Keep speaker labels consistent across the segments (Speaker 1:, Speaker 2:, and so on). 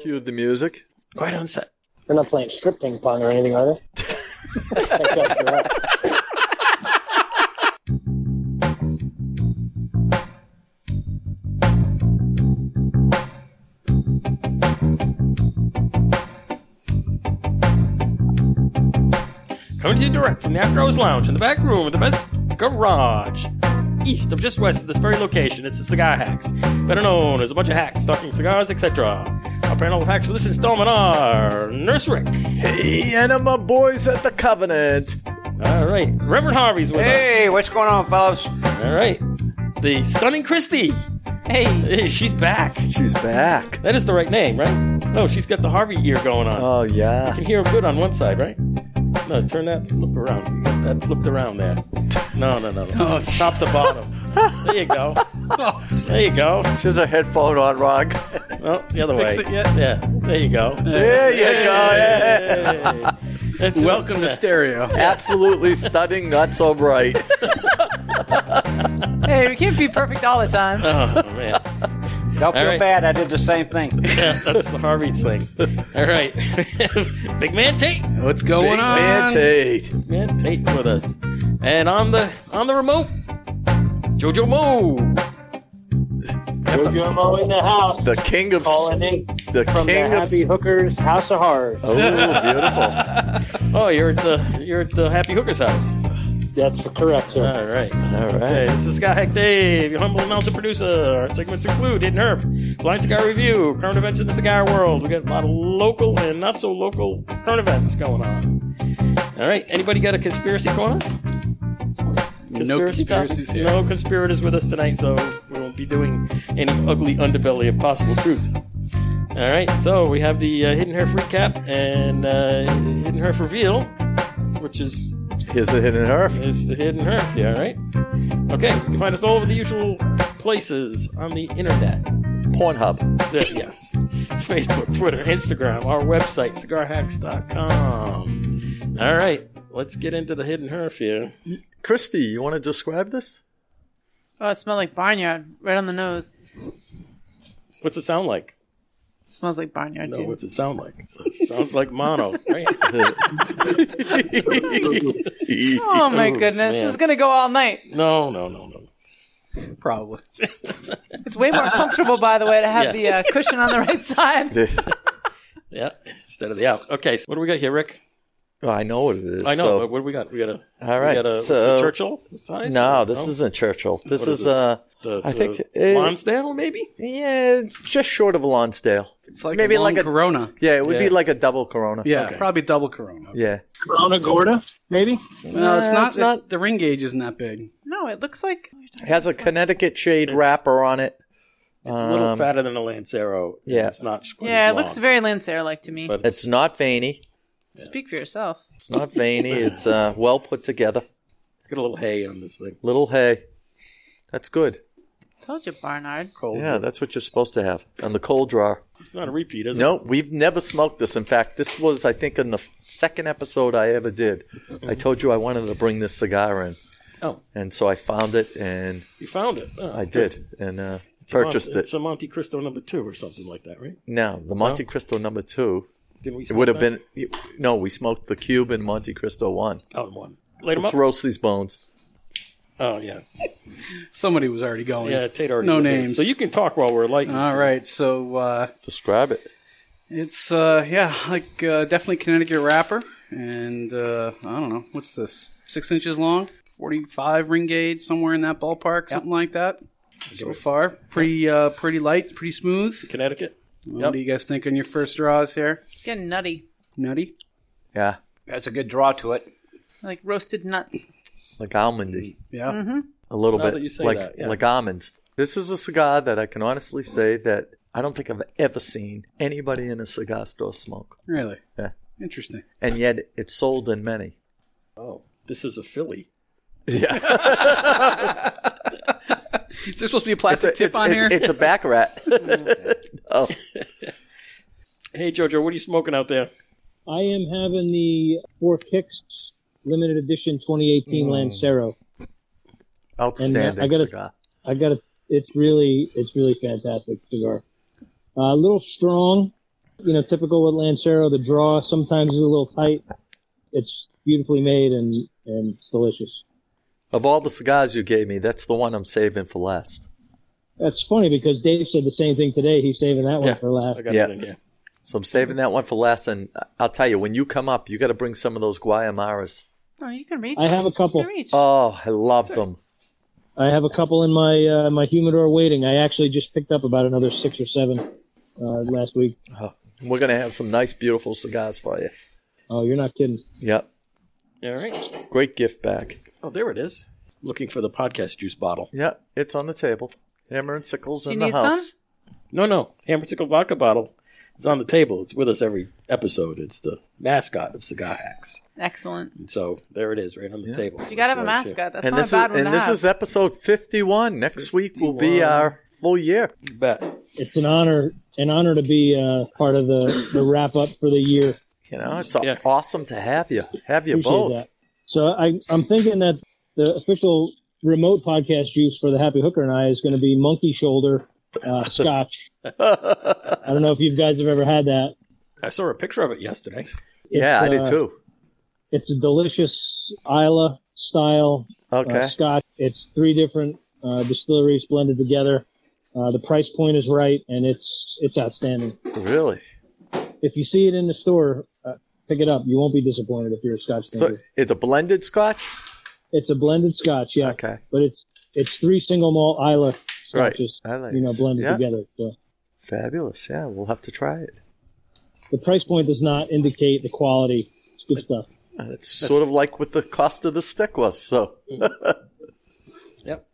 Speaker 1: Cue the music.
Speaker 2: Right on set.
Speaker 3: They're not playing strip ping pong or anything, are they? That guy threw up.
Speaker 2: Coming to you direct from the After Hours Lounge in the back room of the best garage. East of just west of this very location, it's the Cigar Hacks, better known as a bunch of hacks talking cigars, etc. Our panel of hacks for this installment are Nurse Rick.
Speaker 1: Hey, and my boys at the Covenant.
Speaker 2: All right, Reverend Harvey's with
Speaker 4: Hey, what's going on, fellas?
Speaker 2: us. All right, the stunning Christy.
Speaker 5: Hey,
Speaker 2: Hey, she's back.
Speaker 1: She's back.
Speaker 2: That is the right name, right? No, she's got the Harvey ear going on.
Speaker 1: Oh yeah.
Speaker 2: can hear her good on one side, right? No, turn that flip around. You got that flipped around there. No, no, no, no.
Speaker 4: Oh,
Speaker 2: Top to bottom. There you go. There you go.
Speaker 1: She has her headphone on, Rock.
Speaker 2: No, the other way.
Speaker 4: Fix it yet?
Speaker 2: Yeah. There you go.
Speaker 1: There you go. yeah.
Speaker 2: Hey. It's-
Speaker 4: Welcome to stereo.
Speaker 1: Absolutely stunning, not so bright.
Speaker 5: hey, we can't be perfect all the time.
Speaker 2: Oh man.
Speaker 4: Don't feel
Speaker 2: right.
Speaker 4: bad. I did the same thing.
Speaker 2: Yeah, that's the Harvey thing. All right. Big man Tate.
Speaker 6: What's going
Speaker 1: Big
Speaker 6: on?
Speaker 1: man Tate.
Speaker 2: Big man Tate with us. And on the on the remote, JoJo Mo.
Speaker 3: Jojo Mo in the house.
Speaker 1: The king of
Speaker 3: Calling in
Speaker 1: the
Speaker 3: from the
Speaker 1: king of
Speaker 3: Happy Hookers House of Horrors.
Speaker 1: Oh, beautiful.
Speaker 2: Oh, you're at the you're at the Happy Hooker's house.
Speaker 3: That's correct, sir.
Speaker 2: All right.
Speaker 1: All
Speaker 2: Hey,
Speaker 1: right.
Speaker 2: this is Scott Heck Dave, your humble announcer producer. Our segments include Hidden Earth, Blind Cigar Review, current events in the cigar world. We got a lot of local and not so local current events going on. All right, anybody got a conspiracy corner?
Speaker 6: No conspiracies
Speaker 2: topic?
Speaker 6: here.
Speaker 2: No conspirators with us tonight, so we won't be doing any ugly underbelly of possible truth. All right, so we have the uh, Hidden Earth recap and uh, Hidden Earth reveal, which is
Speaker 1: Here's the hidden earth.
Speaker 2: it's the Hidden Earth, yeah, right? Okay, you can find us all over the usual places on the internet.
Speaker 1: Pornhub.
Speaker 2: The- yeah. Facebook, Twitter, Instagram, our website, cigarhacks.com. All right, let's get into the Hidden Earth here.
Speaker 1: Christy, you want to describe this?
Speaker 5: Oh, it smelled like barnyard, right on the nose.
Speaker 2: What's it sound like?
Speaker 5: It smells like barnyard,
Speaker 2: No,
Speaker 5: dude.
Speaker 2: what's it sound like? Sounds like mono, right?
Speaker 5: oh my
Speaker 2: Oh,
Speaker 5: goodness,
Speaker 2: man.
Speaker 5: this is gonna go all night.
Speaker 2: No, no, no, no.
Speaker 6: Probably.
Speaker 5: It's way more comfortable, by the way, to have
Speaker 2: Yeah.
Speaker 5: the uh, cushion on the right side.
Speaker 1: The-
Speaker 2: Yeah, instead of the out. Okay, so what do we got here, Rick?
Speaker 1: well, oh, I know what it is.
Speaker 2: I know,
Speaker 1: so-
Speaker 2: but what do we got? We got a,
Speaker 1: all
Speaker 2: we
Speaker 1: right.
Speaker 2: got a, what's
Speaker 1: so
Speaker 2: it, Churchill? size?
Speaker 1: no, this
Speaker 2: No?
Speaker 1: isn't Churchill. This
Speaker 2: Oh. What
Speaker 1: is,
Speaker 2: is this?
Speaker 1: uh,
Speaker 2: The,
Speaker 1: I
Speaker 2: the
Speaker 1: think it-
Speaker 2: Lonsdale, maybe?
Speaker 1: yeah, it's just short of Lonsdale.
Speaker 6: It's like
Speaker 1: Maybe
Speaker 6: a long
Speaker 1: like a-
Speaker 6: Corona.
Speaker 1: Yeah, it would be
Speaker 2: Yeah.
Speaker 1: like a double Corona.
Speaker 6: Yeah,
Speaker 2: Okay.
Speaker 6: probably double Corona.
Speaker 1: Yeah.
Speaker 3: Corona Gorda, maybe?
Speaker 6: No, it's
Speaker 1: Uh,
Speaker 6: not.
Speaker 1: it's not-
Speaker 6: the ring gauge isn't that big.
Speaker 5: No, it looks like
Speaker 1: It has a Connecticut shade wrapper on it.
Speaker 2: It's a little
Speaker 1: Um,
Speaker 2: fatter than a Lancero. and
Speaker 1: yeah.
Speaker 2: it's not. quite
Speaker 5: yeah,
Speaker 2: as
Speaker 5: it looks
Speaker 2: long,
Speaker 5: very Lancero like to me.
Speaker 2: But
Speaker 1: It's not veiny.
Speaker 5: Speak for yourself.
Speaker 1: It's not veiny. it's uh, well put together.
Speaker 2: it's got a little hay on this thing.
Speaker 1: Little hay. That's good.
Speaker 5: Told you, Barnard.
Speaker 2: Cold.
Speaker 1: Yeah, that's what you're supposed to have on the cold drawer.
Speaker 2: It's not a repeat, is
Speaker 1: No, we've never smoked this. In fact, this was, I think, in the second episode I ever did. I told you I wanted to bring this cigar in.
Speaker 2: it? No. Oh,
Speaker 1: And so I found it and
Speaker 2: you found it. Oh,
Speaker 1: I did and uh,
Speaker 2: It's a Mon-
Speaker 1: purchased it.
Speaker 2: It's a Monte Cristo number two or something like that, right?
Speaker 1: Now, the Monte Cristo number two
Speaker 2: Didn't we
Speaker 1: it
Speaker 2: smoke
Speaker 1: would have
Speaker 2: that?
Speaker 1: been, no, we smoked the Cuban Monte Cristo one.
Speaker 2: Oh, the one. Laid 'em
Speaker 1: Let's
Speaker 2: up.
Speaker 1: roast these bones.
Speaker 2: oh, yeah.
Speaker 6: Somebody was already going.
Speaker 2: Yeah, Tate already.
Speaker 6: No
Speaker 2: did this.
Speaker 6: names.
Speaker 2: So you can talk while we're lighting.
Speaker 6: All right, so uh,
Speaker 1: Describe it.
Speaker 6: it's uh, yeah, like uh, definitely Connecticut wrapper, and uh, I don't know what's this, six inches long, forty-five ring gauge, somewhere in that ballpark, something like that. So far, pretty uh, pretty light, pretty smooth.
Speaker 2: Connecticut.
Speaker 6: What do you guys think on your first draws here?
Speaker 5: Getting nutty,
Speaker 6: Nutty.
Speaker 1: Yeah,
Speaker 4: That's a good draw to it.
Speaker 5: like roasted nuts.
Speaker 1: like almondy,
Speaker 6: Yeah.
Speaker 1: a little
Speaker 2: Mm. Now
Speaker 1: bit,
Speaker 2: that you say
Speaker 1: like
Speaker 2: that, yeah.
Speaker 1: like almonds. This is a cigar that I can honestly say that I don't think I've ever seen anybody in a cigar store smoke,
Speaker 6: Really.
Speaker 1: Yeah.
Speaker 6: Interesting.
Speaker 1: and yet it's sold in many.
Speaker 2: Oh, this is a Philly.
Speaker 1: Yeah,
Speaker 6: Is there supposed to be a plastic tip
Speaker 1: it's,
Speaker 6: on here?
Speaker 1: it's a back rat.
Speaker 2: uh,
Speaker 1: oh,
Speaker 2: Hey, Jojo, what are you smoking out there?
Speaker 3: I am having the Four Kicks limited edition 2018
Speaker 1: Mm.
Speaker 3: Lancero.
Speaker 1: outstanding
Speaker 3: I gotta-
Speaker 1: cigar.
Speaker 3: I got a, it's really, it's really fantastic cigar. Uh, a little strong, you know, typical with Lancero, the draw sometimes is a little tight. It's beautifully made and and it's delicious.
Speaker 1: Of all the cigars you gave me, that's the one I'm saving for last.
Speaker 3: That's funny because Dave said the same thing today. He's saving that one
Speaker 2: Yeah.
Speaker 3: for last.
Speaker 2: I got
Speaker 1: Yeah.
Speaker 2: it in here.
Speaker 1: So I'm saving that one for last. And I- I'll tell you, when you come up, you got to bring some of those Guayamaras.
Speaker 5: Oh, you can reach.
Speaker 3: I have a couple.
Speaker 5: You can reach.
Speaker 1: Oh, I loved them.
Speaker 3: I have a couple in my uh, my humidor waiting. I actually just picked up about another six or seven uh, last week.
Speaker 1: Oh, we're going to have some nice, beautiful cigars for you.
Speaker 3: Oh, you're not kidding.
Speaker 1: Yep.
Speaker 2: All right.
Speaker 1: Great gift bag.
Speaker 2: Oh, there it is. Looking for the podcast juice bottle.
Speaker 1: Yeah, it's on the table. Hammer and sickles
Speaker 5: You
Speaker 1: in the
Speaker 5: need
Speaker 1: house.
Speaker 5: some?
Speaker 2: No, no. Hammersicle vodka bottle is on the table. It's with us every episode. It's the mascot of Cigar Hacks.
Speaker 5: Excellent.
Speaker 2: And so there it is, right on the table.
Speaker 5: You gotta have a
Speaker 2: It's right there.
Speaker 5: mascot. That's
Speaker 1: And
Speaker 5: not
Speaker 1: this
Speaker 5: a
Speaker 1: is
Speaker 5: bad one
Speaker 1: and
Speaker 5: to
Speaker 1: this
Speaker 5: have.
Speaker 1: is episode 51. Next week will be
Speaker 2: 51.
Speaker 1: our full year.
Speaker 2: You bet.
Speaker 3: It's an honor an honor to be uh, part of the, the wrap up for the year.
Speaker 1: You know, it's a-
Speaker 2: Yeah.
Speaker 1: awesome to have you. Have you
Speaker 3: Appreciate
Speaker 1: both.
Speaker 3: that. So I I'm thinking that the official remote podcast juice for the Happy Hooker and I is going to be Monkey Shoulder uh, Scotch. I don't know if you guys have ever had that.
Speaker 2: I saw a picture of it yesterday.
Speaker 1: Yeah, I did
Speaker 3: uh,
Speaker 1: too.
Speaker 3: It's a delicious Isla style
Speaker 1: Okay.
Speaker 3: uh, scotch. It's three different uh, distilleries blended together. Uh, the price point is right, and it's it's outstanding.
Speaker 1: really?
Speaker 3: If you see it in the store, uh, pick it up. You won't be disappointed if you're a Scotch
Speaker 1: So
Speaker 3: drinker.
Speaker 1: it's a blended scotch?
Speaker 3: it's a blended Scotch, yeah.
Speaker 1: Okay.
Speaker 3: But it's it's three single malt Isla
Speaker 1: Right.
Speaker 3: scotches,
Speaker 1: I like
Speaker 3: you know,
Speaker 1: it.
Speaker 3: blended
Speaker 1: Yeah.
Speaker 3: together. So
Speaker 1: Fabulous. Yeah, we'll have to try it.
Speaker 3: the price point does not indicate the quality. It's good stuff.
Speaker 1: Uh, It's sort of like what the cost of the stick was. So
Speaker 2: Yep.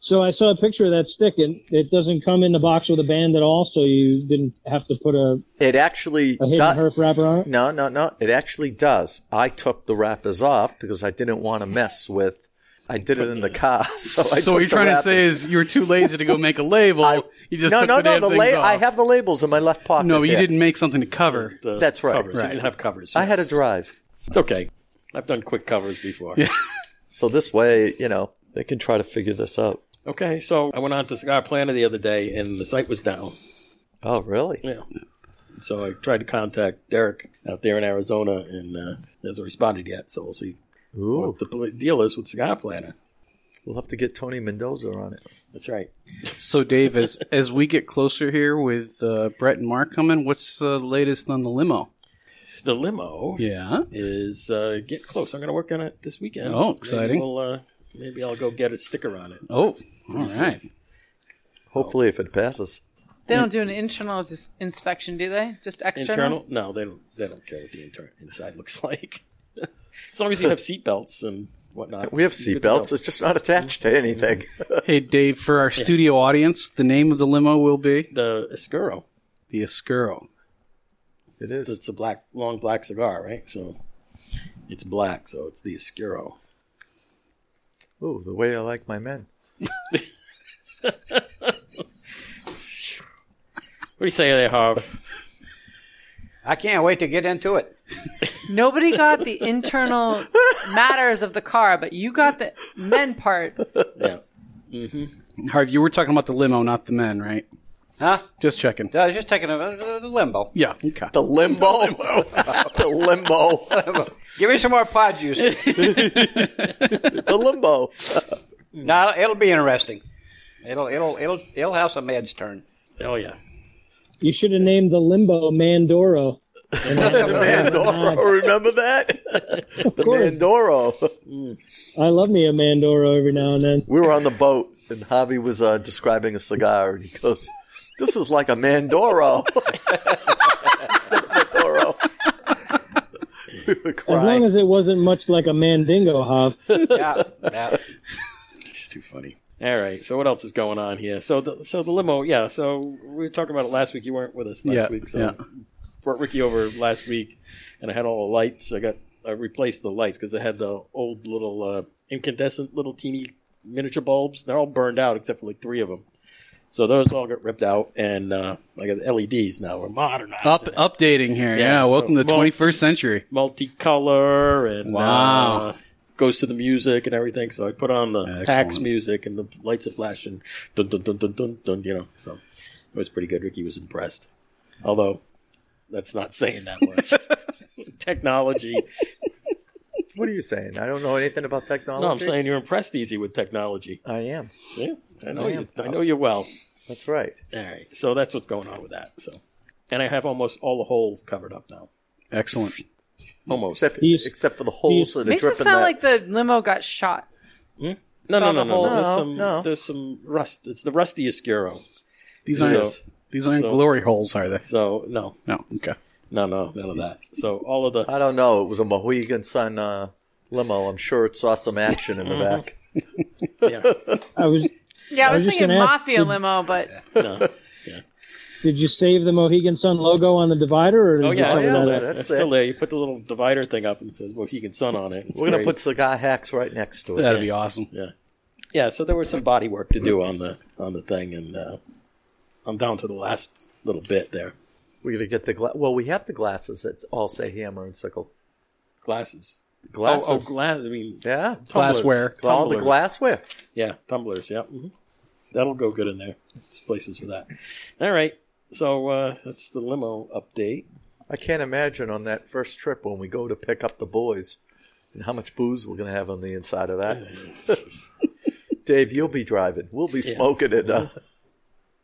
Speaker 3: So I saw a picture of that stick, and it doesn't come in the box with a band at all. So you didn't have to put a,
Speaker 1: it actually
Speaker 3: a hidden
Speaker 1: does.
Speaker 3: herf wrapper on it.
Speaker 1: No, no, no. It actually does. I took the wrappers off because I didn't want to mess with. I did it in the car. So, I
Speaker 6: so what
Speaker 1: took
Speaker 6: you're trying
Speaker 1: the
Speaker 6: to say
Speaker 1: wrappers-
Speaker 6: is you were too lazy to go make a label. you just
Speaker 1: no,
Speaker 6: took
Speaker 1: no, no.
Speaker 6: the damn
Speaker 1: The
Speaker 6: things
Speaker 1: la-
Speaker 6: off.
Speaker 1: I have the labels in my left pocket.
Speaker 6: No, but you
Speaker 1: here.
Speaker 6: didn't make something to cover.
Speaker 2: The
Speaker 1: That's right.
Speaker 2: Covers.
Speaker 6: Right.
Speaker 2: You didn't have covers.
Speaker 1: I had a
Speaker 2: yes.
Speaker 1: drive.
Speaker 2: It's okay. I've done quick covers before.
Speaker 1: So this way, you know, they can try to figure this out.
Speaker 2: Okay, so I went on to Cigar Planet the other day, and the site was down.
Speaker 1: Oh, really?
Speaker 2: Yeah. So I tried to contact Derek out there in Arizona, and uh, he hasn't responded yet. So we'll see
Speaker 1: Ooh.
Speaker 2: what the pl- deal is with Cigar Planet.
Speaker 1: We'll have to get Tony Mendoza on it.
Speaker 2: That's right.
Speaker 6: So, Dave, as as we get closer here with uh, Brett and Mark coming, what's uh, the latest on the limo?
Speaker 2: The limo
Speaker 6: Yeah,
Speaker 2: is uh, get close. I'm going to work on it this weekend.
Speaker 6: Oh, exciting.
Speaker 2: Maybe, we'll, uh, maybe I'll go get a sticker on it.
Speaker 6: Oh, all right.
Speaker 1: Hopefully, if it passes.
Speaker 5: They don't do an internal dis- inspection, do they? Just external.
Speaker 2: Internal? No, they don't. They don't care what the inter- inside looks like. as long as you have seatbelts and whatnot.
Speaker 1: We have
Speaker 2: you're good to
Speaker 1: seatbelts.
Speaker 2: go.
Speaker 1: It's just not attached to anything.
Speaker 6: Hey, Dave, for our studio audience, the name of the limo will be
Speaker 2: The Escuro.
Speaker 6: the Escuro.
Speaker 1: it is.
Speaker 2: It's a black, long black cigar, right? So it's black, so it's the Escuro.
Speaker 1: Ooh, the way I like my men.
Speaker 2: What do you say there, Harv?
Speaker 4: I can't wait to get into it.
Speaker 5: Nobody got the internal matters of the car, but you got the men part.
Speaker 2: yeah.
Speaker 6: Harvey, you were talking about the limo, not the men, right?
Speaker 4: Huh?
Speaker 6: Just checking.
Speaker 4: I was just taking a, a, a limbo.
Speaker 6: Yeah. Okay.
Speaker 1: The limbo. the limbo.
Speaker 4: Give me some more pod juice.
Speaker 1: the limbo.
Speaker 4: no, it'll be interesting. It'll it'll it'll it'll have some Ed's turn.
Speaker 2: Oh yeah.
Speaker 3: You should have named the limbo Mandoro.
Speaker 1: Mandoro. Remember that? the
Speaker 3: course.
Speaker 1: Mandoro.
Speaker 3: I love me a Mandoro every now and then.
Speaker 1: We were on the boat, and Javi was uh, describing a cigar, and he goes, "This is like a Mandoro." It's not a Mandoro. We were
Speaker 3: As long
Speaker 1: crying.
Speaker 3: as it wasn't much like a Mandingo hop.
Speaker 4: Yeah, yeah.
Speaker 2: It's too funny. All right. So what else is going on here? So the so the limo, yeah. So we were talking about it last week. You weren't with us last
Speaker 6: Yeah,
Speaker 2: week. So
Speaker 6: yeah.
Speaker 2: brought Ricky over last week, and I had all the lights. I got I replaced the lights because I had the old little uh, incandescent little teeny miniature bulbs. They're all burned out except for like three of them. So those all got ripped out, and uh, I got the LEDs now. We're modernized.
Speaker 6: Up updating here. Yeah.
Speaker 2: Yeah, so
Speaker 6: welcome to the
Speaker 2: multi-
Speaker 6: 21st century.
Speaker 2: multicolor and
Speaker 6: Wow.
Speaker 2: uh, goes to the music and everything. So I put on the
Speaker 6: Excellent.
Speaker 2: PAX music and the lights are flashing, dun dun dun dun dun dun. You know, so it was pretty good. Ricky was impressed. Although that's not saying that much. technology.
Speaker 1: What are you saying? I don't know anything about technology.
Speaker 2: No, I'm saying you're impressed easy with technology.
Speaker 1: I am.
Speaker 2: Yeah, I
Speaker 6: Oh,
Speaker 2: know
Speaker 1: I
Speaker 2: you.
Speaker 1: am.
Speaker 2: I know you well.
Speaker 1: That's right.
Speaker 2: All right. So that's what's going on with that. So, and I have almost all the holes covered up now.
Speaker 6: Excellent.
Speaker 2: Almost.
Speaker 1: Except
Speaker 3: He's-
Speaker 1: except for the holes that are
Speaker 5: Makes it
Speaker 1: dripping
Speaker 5: sound
Speaker 1: that.
Speaker 5: like the limo got shot.
Speaker 2: No, no,
Speaker 5: Found
Speaker 2: no, no,
Speaker 5: a
Speaker 2: no.
Speaker 5: hole.
Speaker 2: There's
Speaker 1: No,
Speaker 2: some.
Speaker 1: no.
Speaker 2: There's some rust. It's the rusty Oscuro.
Speaker 6: These aren't
Speaker 2: So-
Speaker 6: these aren't
Speaker 2: so-
Speaker 6: glory holes, are they?
Speaker 2: So no,
Speaker 6: No. Okay.
Speaker 2: no, no, none of that. So all of the
Speaker 1: I don't know. It was a Mohegan Sun uh, limo. I'm sure it saw some action in the back.
Speaker 2: Mm-hmm. yeah,
Speaker 3: I was.
Speaker 5: Yeah, I
Speaker 3: was
Speaker 5: was,
Speaker 3: just
Speaker 5: thinking
Speaker 3: gonna ask,
Speaker 5: mafia
Speaker 3: did-
Speaker 5: limo, but
Speaker 2: no.
Speaker 3: Did you save the Mohegan Sun logo on the divider? Or did
Speaker 2: Oh
Speaker 3: you
Speaker 2: yeah,
Speaker 3: cover
Speaker 2: it's still
Speaker 3: that
Speaker 1: yeah,
Speaker 2: there.
Speaker 3: up?
Speaker 1: that's
Speaker 2: it's still
Speaker 1: it.
Speaker 2: there. You put the little divider thing up and it says Mohegan Sun on it. It's
Speaker 1: We're gonna
Speaker 2: great.
Speaker 1: put cigar hacks right next to it.
Speaker 6: That'd be awesome.
Speaker 2: yeah. So there was some body work to do on the on the thing, and uh, I'm down to the last little bit there.
Speaker 1: We're gonna get the gla- well. We have the glasses that all say hammer and sickle.
Speaker 2: Glasses. Oh,
Speaker 1: Glasses.
Speaker 2: oh, glass. I mean,
Speaker 1: yeah.
Speaker 2: tumblers.
Speaker 6: Glassware.
Speaker 1: All the
Speaker 2: Tumblers.
Speaker 1: glassware.
Speaker 2: Yeah, tumblers. Yeah, hmm that'll go good in there. Places for that. All right. So uh, that's the limo update.
Speaker 1: I can't imagine on that first trip when we go to pick up the boys and how much booze we're going to have on the inside of that. Dave, you'll be driving. We'll be smoking and uh,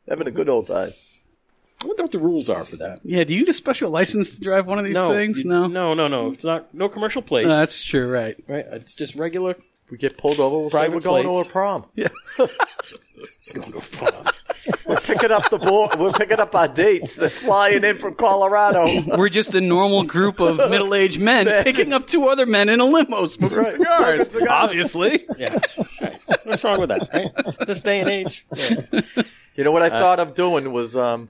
Speaker 1: having a good old time.
Speaker 2: I wonder what the rules are for that.
Speaker 6: Yeah. Do you need a special license to drive one of these things?
Speaker 2: you-
Speaker 6: no.
Speaker 2: no, no, no. It's not no commercial plates.
Speaker 6: No, That's true. Right.
Speaker 2: right. It's just regular.
Speaker 1: If we get pulled over, we'll say
Speaker 2: Private
Speaker 1: we're going
Speaker 2: plates.
Speaker 1: to a prom.
Speaker 2: Going to a prom.
Speaker 1: We're picking up the boy. We're picking up our dates. They're flying in from Colorado.
Speaker 6: We're just a normal group of middle-aged men picking up two other men in a limo smoking
Speaker 1: Right,
Speaker 6: cigars.
Speaker 1: smoking cigars.
Speaker 6: Obviously.
Speaker 2: yeah. Right. What's wrong with that? eh? Right? This day and age. Yeah.
Speaker 1: You know what I thought of doing was um,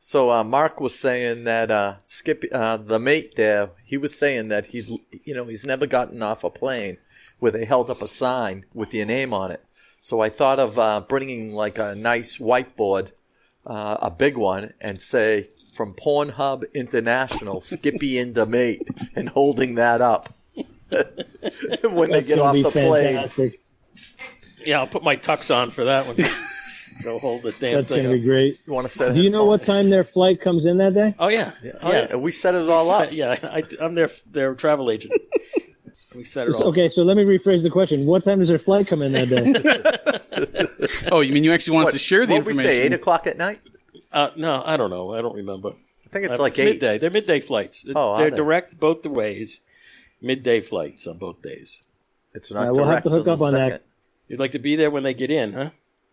Speaker 1: so uh, Mark was saying that uh, Skip, uh, the mate there, he was saying that he's you know he's never gotten off a plane where they held up a sign with your name on it. So I thought of uh, bringing like a nice whiteboard, uh, a big one, and say from Pornhub International, Skippy and the mate, and holding that up. when they
Speaker 3: That's
Speaker 1: get
Speaker 3: gonna
Speaker 1: off
Speaker 3: be
Speaker 1: the plane,
Speaker 3: fantastic.
Speaker 2: Yeah, I'll put my tux on for that one. Go hold the damn
Speaker 3: That's
Speaker 2: thing.
Speaker 3: gonna be
Speaker 2: up.
Speaker 3: great.
Speaker 1: you want to set?
Speaker 3: Do you know what
Speaker 1: what's?
Speaker 3: time their flight comes in that day?
Speaker 2: Oh yeah,
Speaker 1: Oh, yeah. we set it all up.
Speaker 2: yeah. I, I'm their their travel agent. We set
Speaker 1: Oh.
Speaker 2: it all.
Speaker 3: Okay, so let me rephrase the question. What time does their flight come in that day?
Speaker 6: Oh, you mean you actually want us to share the
Speaker 1: What we
Speaker 6: information?
Speaker 1: say? Eight o'clock at night.
Speaker 2: Uh, no, I don't know. I don't remember.
Speaker 1: I think it's
Speaker 2: Uh,
Speaker 1: like eight.
Speaker 2: midday. They're midday flights. They're,
Speaker 1: Oh, are
Speaker 2: they're
Speaker 1: they?
Speaker 2: direct both the ways. Midday flights on both days.
Speaker 1: It's not
Speaker 3: All right, we'll have
Speaker 1: direct.
Speaker 3: to hook
Speaker 1: on
Speaker 3: up
Speaker 1: the
Speaker 3: on that.
Speaker 1: second.
Speaker 2: You'd like to be there when they get in, huh?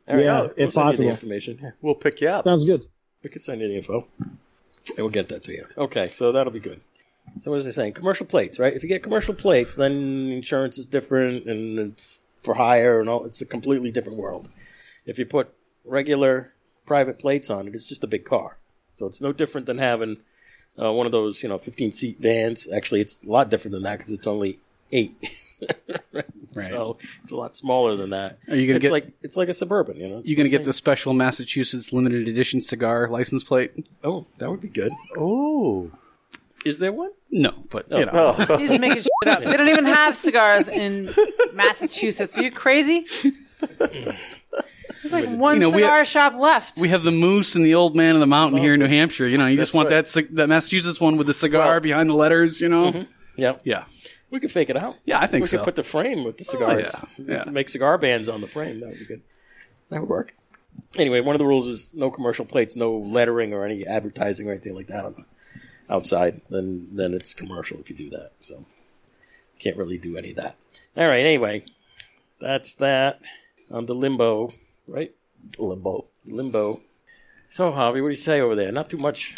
Speaker 2: All right,
Speaker 3: Yeah,
Speaker 2: I'll-
Speaker 3: if
Speaker 2: we'll send you
Speaker 3: possible.
Speaker 2: the information. Yeah,
Speaker 1: We'll pick you up.
Speaker 3: Sounds good.
Speaker 2: we can send you the info, and we'll get that to you. Okay, so that'll be good. So what is it saying? Commercial plates, right? If you get commercial plates, then insurance is different, and it's for hire, and all. It's a completely different world. If you put regular private plates on it, it's just a big car. So it's no different than having uh, one of those, you know, 15 seat vans. Actually, it's a lot different than that because it's only eight. right? So it's a lot smaller than that.
Speaker 6: Are you gonna
Speaker 2: it's
Speaker 6: get-
Speaker 2: like it's like a suburban, you know? It's
Speaker 6: You gonna
Speaker 2: the
Speaker 6: get the special Massachusetts limited edition cigar license plate?
Speaker 2: same- Oh, that would be good.
Speaker 1: Oh,
Speaker 2: Is there one?
Speaker 6: No, but you know.
Speaker 1: oh.
Speaker 5: he's making shit up. They don't even have cigars in Massachusetts. Are you crazy? There's like one
Speaker 6: You know, we-
Speaker 5: cigar shop left.
Speaker 6: We have the moose and the old man of the mountain here in New Hampshire. You know, you just want
Speaker 1: Oh. right.
Speaker 6: that cig- that Massachusetts one with the cigar
Speaker 1: Well- Mm-hmm.
Speaker 6: behind the letters. You know,
Speaker 2: Yeah.
Speaker 6: yeah,
Speaker 2: We could fake it out.
Speaker 6: yeah, I think
Speaker 2: we
Speaker 6: so.
Speaker 2: could put the frame with the cigars.
Speaker 6: yeah,
Speaker 2: We
Speaker 6: yeah.
Speaker 2: could Make cigar bands on the frame. That would be good. That would work. Anyway, one of the rules is no commercial plates, no lettering or any advertising or anything like that on the outside. Then then it's commercial if you do that. So can't really do any of that. All right. Anyway, that's that on the limbo, right?
Speaker 1: limbo.
Speaker 2: Limbo. So, Harvey, what do you say over there? Not too much.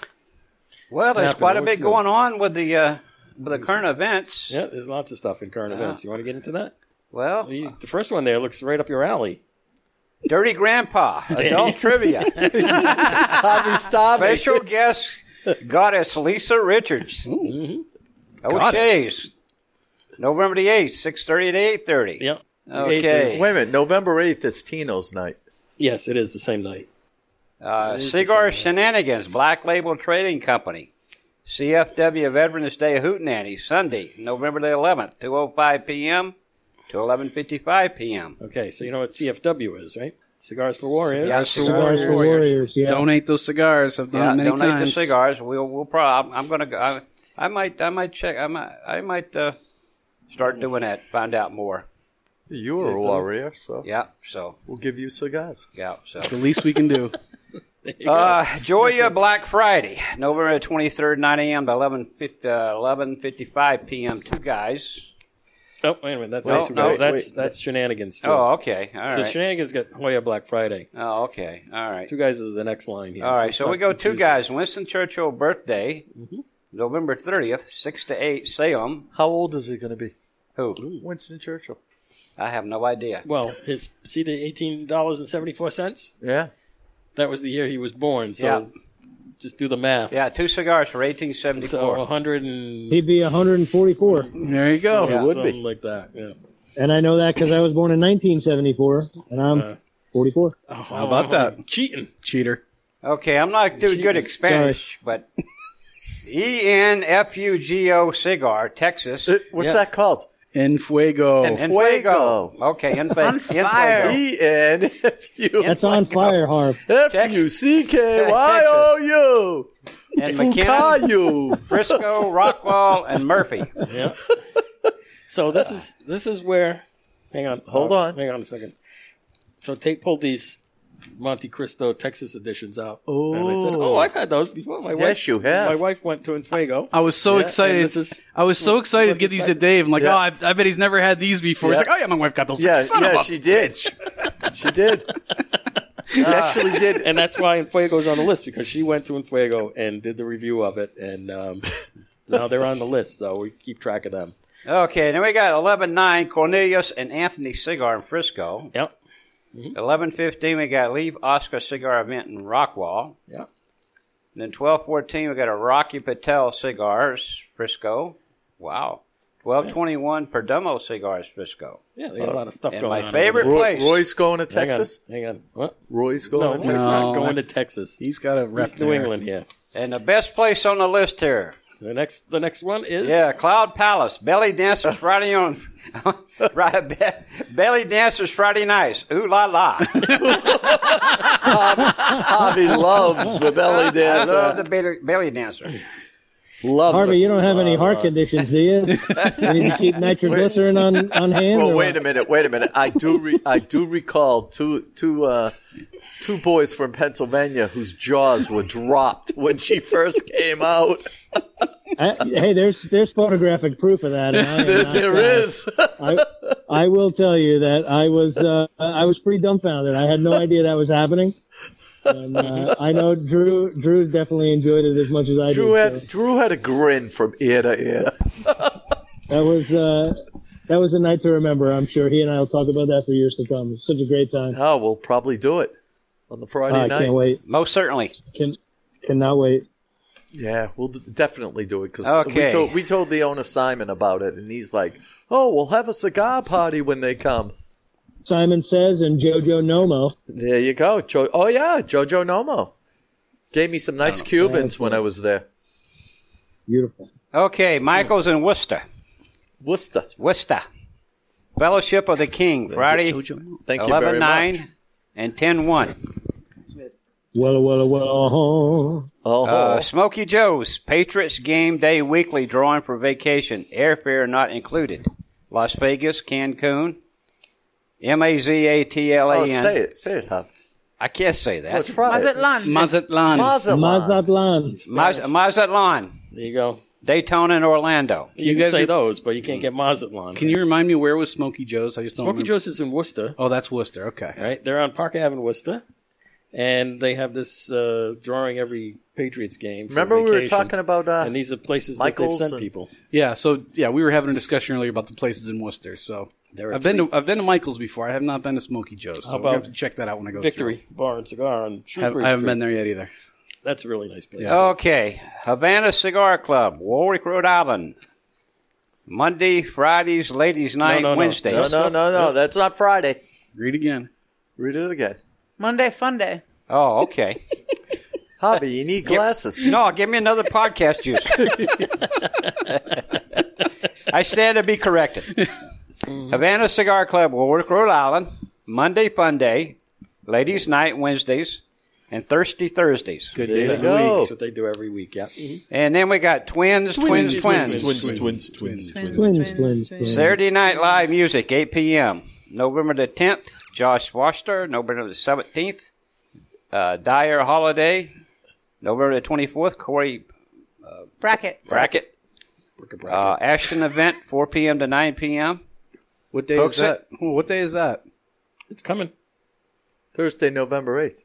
Speaker 4: Well, there's
Speaker 2: Happened.
Speaker 4: quite a
Speaker 2: What's
Speaker 4: bit
Speaker 2: the-
Speaker 4: going on with the uh, with the current events.
Speaker 2: Yeah, there's lots of stuff in current events. You want to get into that?
Speaker 4: Well,
Speaker 2: Uh-huh. You- The first one there looks right up your alley.
Speaker 4: Dirty Grandpa, adult trivia.
Speaker 1: Javi, stop it.
Speaker 4: Special guest goddess Lisa Richards. O'Shea's. November the eighth, six thirty to eight thirty.
Speaker 2: Yeah.
Speaker 4: Okay.
Speaker 1: Wait a minute. November 8th is Tino's night.
Speaker 2: Yes, it is the same night.
Speaker 4: Uh, Cigar Shenanigans, Black Label Trading Company. CFW Veterans Day Hootenanny, Sunday, November the oh 11th, 2.05 p.m. to 11.55 p.m.
Speaker 2: Okay, so you know what CFW is, right? Cigars for Warriors.
Speaker 4: Yeah,
Speaker 3: Cigars for Warriors. Yeah.
Speaker 6: Donate those cigars. I've done
Speaker 4: Yeah,
Speaker 6: it many
Speaker 4: donate
Speaker 6: times.
Speaker 4: the cigars. We'll we'll probably. I'm gonna go. I, I might I might check. I might I might uh, start doing that. Find out more.
Speaker 1: You were a warrior, so
Speaker 4: Yeah. So
Speaker 1: we'll give you cigars.
Speaker 4: yeah. So.
Speaker 6: The least we can do.
Speaker 4: Uh, Joya Black Friday, November the 23rd, 9 a.m. to 11, fif- uh, 11.55 p.m. Two guys.
Speaker 2: Oh, wait a minute. That's
Speaker 4: Well,
Speaker 2: not two
Speaker 4: no,
Speaker 2: guys. That's
Speaker 1: wait.
Speaker 2: that's shenanigans. Too.
Speaker 4: Oh, okay. All
Speaker 2: so
Speaker 4: right.
Speaker 2: shenanigans got Hoya Black Friday.
Speaker 4: Oh, okay. All right.
Speaker 2: Two guys is the next line here.
Speaker 4: All right.
Speaker 2: it's
Speaker 4: So
Speaker 2: not
Speaker 4: we go two
Speaker 2: confusing. Mm-hmm.
Speaker 4: guys. Winston Churchill birthday, November 30th, 6 to 8, Salem.
Speaker 1: How old is he going to be?
Speaker 4: Who?
Speaker 1: Winston Churchill.
Speaker 4: I have no idea.
Speaker 2: Well, his see the eighteen dollars and seventy four cents.
Speaker 1: Yeah.
Speaker 2: That was the year he was born. So just do the math.
Speaker 4: Yeah, two cigars for 1874.
Speaker 2: So uh, a hundred and
Speaker 3: He'd be 144,
Speaker 6: There you go.
Speaker 1: Yeah. would be.
Speaker 2: something like that. Yeah.
Speaker 3: and I know that because I was born in 1974, and I'm 44.
Speaker 2: How
Speaker 6: about that?
Speaker 2: Oh, Cheating.
Speaker 6: Cheater.
Speaker 4: Okay, I'm not doing good at Spanish, but E N F U G O cigar, Texas.
Speaker 1: Uh, What's
Speaker 2: Yeah.
Speaker 1: that called?
Speaker 6: En fuego.
Speaker 4: En
Speaker 1: Fuego.
Speaker 4: Okay, en, fe- en
Speaker 5: fire.
Speaker 4: fuego.
Speaker 1: E N F U
Speaker 3: That's on fire, Harv.
Speaker 1: F U C K Y O
Speaker 4: And
Speaker 1: U.
Speaker 4: McKinnon,
Speaker 1: Fucayu.
Speaker 4: Frisco, Rockwall, and Murphy.
Speaker 2: Yeah. so this is this is where. Hang on. Oh,
Speaker 1: Hold on.
Speaker 2: Hang on a second. So Tate pulled these Monte Cristo Texas editions out. Oh. And I said, "Oh, I've had those before." My
Speaker 1: Yes,
Speaker 2: wife,
Speaker 1: you have.
Speaker 2: My wife went to Enfuego.
Speaker 6: I was so
Speaker 1: Yeah,
Speaker 2: and
Speaker 6: excited.
Speaker 2: this is-
Speaker 6: I was so excited to get these to Dave. I'm like,
Speaker 1: Yeah.
Speaker 6: oh, I, I bet he's never had these before.
Speaker 1: Yeah.
Speaker 6: It's like, oh yeah, my wife got those.
Speaker 1: Yeah,
Speaker 6: Son of
Speaker 1: yeah,
Speaker 6: a-
Speaker 1: she did. She did. She actually did.
Speaker 2: and that's why Enfuego's on the list because she went to Enfuego and did the review of it, and um, now they're on the list, so we keep track of them.
Speaker 4: Okay, then we got 11 9, Cornelius and Anthony Cigar in Frisco.
Speaker 2: Yep,
Speaker 4: Eleven fifteen, we got Leave Oscar Cigar Event in Rockwall.
Speaker 2: yep.
Speaker 4: Then twelve fourteen, we got a Rocky Patel Cigars, Frisco. Wow. Twelve twenty one, Perdomo Cigars, Frisco.
Speaker 2: Yeah, they got a lot of stuff
Speaker 4: And
Speaker 2: going
Speaker 4: my
Speaker 2: on.
Speaker 4: favorite
Speaker 1: Roy-
Speaker 4: place.
Speaker 1: Roy's going to
Speaker 2: Hang on,
Speaker 1: Texas.
Speaker 2: Hang on. What?
Speaker 1: Roy's
Speaker 2: No,
Speaker 1: going
Speaker 2: he's
Speaker 1: to Texas.
Speaker 2: not
Speaker 6: No,
Speaker 2: going to
Speaker 6: that's-
Speaker 2: Texas.
Speaker 6: He's got a rep.
Speaker 2: It's New
Speaker 6: there.
Speaker 2: England here.
Speaker 4: And the best place on the list here.
Speaker 2: The next, the next one is
Speaker 4: Yeah, Cloud Palace. Belly dancers Friday on right, be- belly dancers Friday nights. Ooh la la.
Speaker 1: Harvey loves the belly
Speaker 4: I love the
Speaker 1: dancer.
Speaker 4: belly, belly dancer.
Speaker 1: Loves
Speaker 3: Harvey,
Speaker 1: it.
Speaker 3: you don't have any heart conditions, do you? you need to keep nitroglycerin on, on hand.
Speaker 1: Well,
Speaker 3: or
Speaker 1: wait a
Speaker 3: what?
Speaker 1: minute, wait a minute. I do, re- I do recall two, two, uh, two boys from Pennsylvania whose jaws were dropped when she first came out.
Speaker 3: I, hey, there's there's photographic proof of that. And I am
Speaker 1: There,
Speaker 3: not,
Speaker 1: there
Speaker 3: uh,
Speaker 1: is.
Speaker 3: I, I will tell you that I was uh, I was pretty dumbfounded. I had no idea that was happening. And, uh, I know Drew Drew definitely enjoyed it as much as I
Speaker 1: Drew
Speaker 3: did. so
Speaker 1: had, Drew had a grin from ear to ear.
Speaker 3: that was uh, that was a night to remember. I'm sure he and I will talk about that for years to come. It's such a great time. Ah,
Speaker 1: Oh, we'll probably do it on the Friday
Speaker 3: Oh, I
Speaker 1: night.
Speaker 3: can't wait.
Speaker 4: Most certainly.
Speaker 3: Can cannot wait.
Speaker 1: Yeah, we'll d- definitely do it because we
Speaker 4: Okay.
Speaker 1: told we told the owner Simon about it, and he's like, "Oh, we'll have a cigar party when they come."
Speaker 3: Simon says and JoJo Nomo.
Speaker 1: There you go. Jo- oh yeah, Jojo Nomo gave me some nice Cubans when I was there.
Speaker 3: Beautiful.
Speaker 4: Okay, Michael's in Worcester.
Speaker 1: Worcester.
Speaker 4: Worcester. Fellowship of the King, Friday,
Speaker 1: Thank you very much.
Speaker 4: 11 9 and 10 1.
Speaker 3: Well, well, uh-huh. well.
Speaker 1: Oh,
Speaker 4: Uh, Smokey Joe's, Patriots Game Day Weekly drawing for vacation, airfare not included. Las Vegas, Cancun, M A Z A T L
Speaker 1: oh,
Speaker 4: A
Speaker 1: say
Speaker 4: N.
Speaker 1: it, say it, Huff.
Speaker 4: I can't say that.
Speaker 1: Let's try it.
Speaker 5: Mazatlan.
Speaker 6: Mazatlan.
Speaker 1: Mazatlan.
Speaker 3: Mazatlan.
Speaker 4: Maz- Mazatlan,
Speaker 2: There you go.
Speaker 4: Daytona, and Orlando.
Speaker 2: You, can
Speaker 6: guys
Speaker 2: say
Speaker 6: are-
Speaker 2: those, but you can't get Mazatlan.
Speaker 6: Can you remind me where was Smokey Joe's? I just don't
Speaker 2: Smokey
Speaker 6: remember.
Speaker 2: Joe's is in Worcester,
Speaker 6: Oh, that's Worcester. Okay.
Speaker 2: right? They're on Park Avenue, Worcester, and they have this uh, drawing every Patriots game. for
Speaker 1: Remember we were
Speaker 2: vacation.
Speaker 1: talking about uh,
Speaker 2: and these are places that
Speaker 1: Michaels
Speaker 2: they've sent
Speaker 1: and-
Speaker 2: people.
Speaker 6: Yeah. So yeah, we were having a discussion earlier about the places in Worcester. So
Speaker 2: There are
Speaker 6: I've been
Speaker 2: three.
Speaker 6: to I've been to Michael's before. I have not been to Smokey Joe's. So
Speaker 2: How
Speaker 6: we're gonna
Speaker 2: about
Speaker 6: have to check that out when I go.
Speaker 2: Victory Bar and Cigar on
Speaker 6: Through. I,
Speaker 2: Shrewsbury
Speaker 6: haven't- I haven't
Speaker 2: Street.
Speaker 6: been there yet either.
Speaker 2: That's a really nice place.
Speaker 4: Okay, Havana Cigar Club, Warwick, Rhode Island. Monday, Fridays, ladies' night,
Speaker 2: no, no.
Speaker 4: Wednesdays.
Speaker 1: no, no, no, no. That's not Friday.
Speaker 6: Read again.
Speaker 1: Read it again,
Speaker 5: Monday Fun Day.
Speaker 4: Oh, okay.
Speaker 1: Hobby. You need glasses.
Speaker 4: No, give me another podcast juice. I stand to be corrected. Havana Cigar Club, Warwick, Rhode Island, Monday Fun Day, Ladies' Night Wednesdays, and Thirsty Thursdays.
Speaker 2: Good
Speaker 1: There
Speaker 2: days
Speaker 1: you
Speaker 2: of the
Speaker 1: go.
Speaker 2: week. That's what they do every week. Yeah.
Speaker 4: And then we got Twins, Twins, Twins.
Speaker 7: twins, twins, twins.
Speaker 3: Twins, twins, twins.
Speaker 4: Saturday Night Live Music, 8 p.m. November the 10th, Josh Foster. November the 17th, uh, Dyer Holiday. November the 24th, Corey
Speaker 5: Bracket.
Speaker 4: Brackett. Uh, Ashton Event, 4 p.m. to 9 p.m.
Speaker 6: What day
Speaker 4: Folks,
Speaker 6: is that? Oh, What day is that?
Speaker 2: It's coming.
Speaker 1: Thursday, November 8th.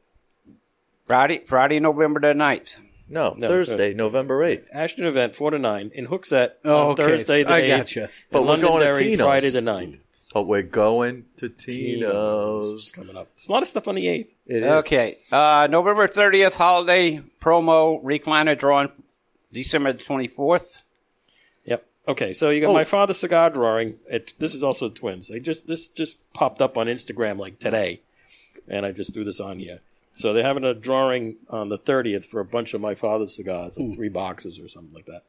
Speaker 4: Friday, Friday, November the 9th.
Speaker 1: No,
Speaker 2: No,
Speaker 1: Thursday, November 8th.
Speaker 2: Ashton event four to nine in Hooksett
Speaker 6: Oh,
Speaker 2: on
Speaker 6: okay.
Speaker 2: Thursday the
Speaker 6: I
Speaker 2: eighth.
Speaker 6: gotcha.
Speaker 2: and
Speaker 1: But we're going to
Speaker 2: Londonderry
Speaker 1: Tino's.
Speaker 2: Friday the 9th.
Speaker 1: But we're going to Tino's.
Speaker 2: coming up. There's a lot of stuff on E the eighth.
Speaker 1: It is.
Speaker 4: Okay. Uh, November 30th, holiday promo, recliner drawing, December the 24th.
Speaker 2: Yep. Okay, so you got
Speaker 1: Oh.
Speaker 2: my father's cigar drawing. It, this is also twins. They just this just popped up on Instagram like today, and I just threw this on here. So they're having a drawing on the thirtieth for a bunch of my father's cigars, like three boxes or something like that.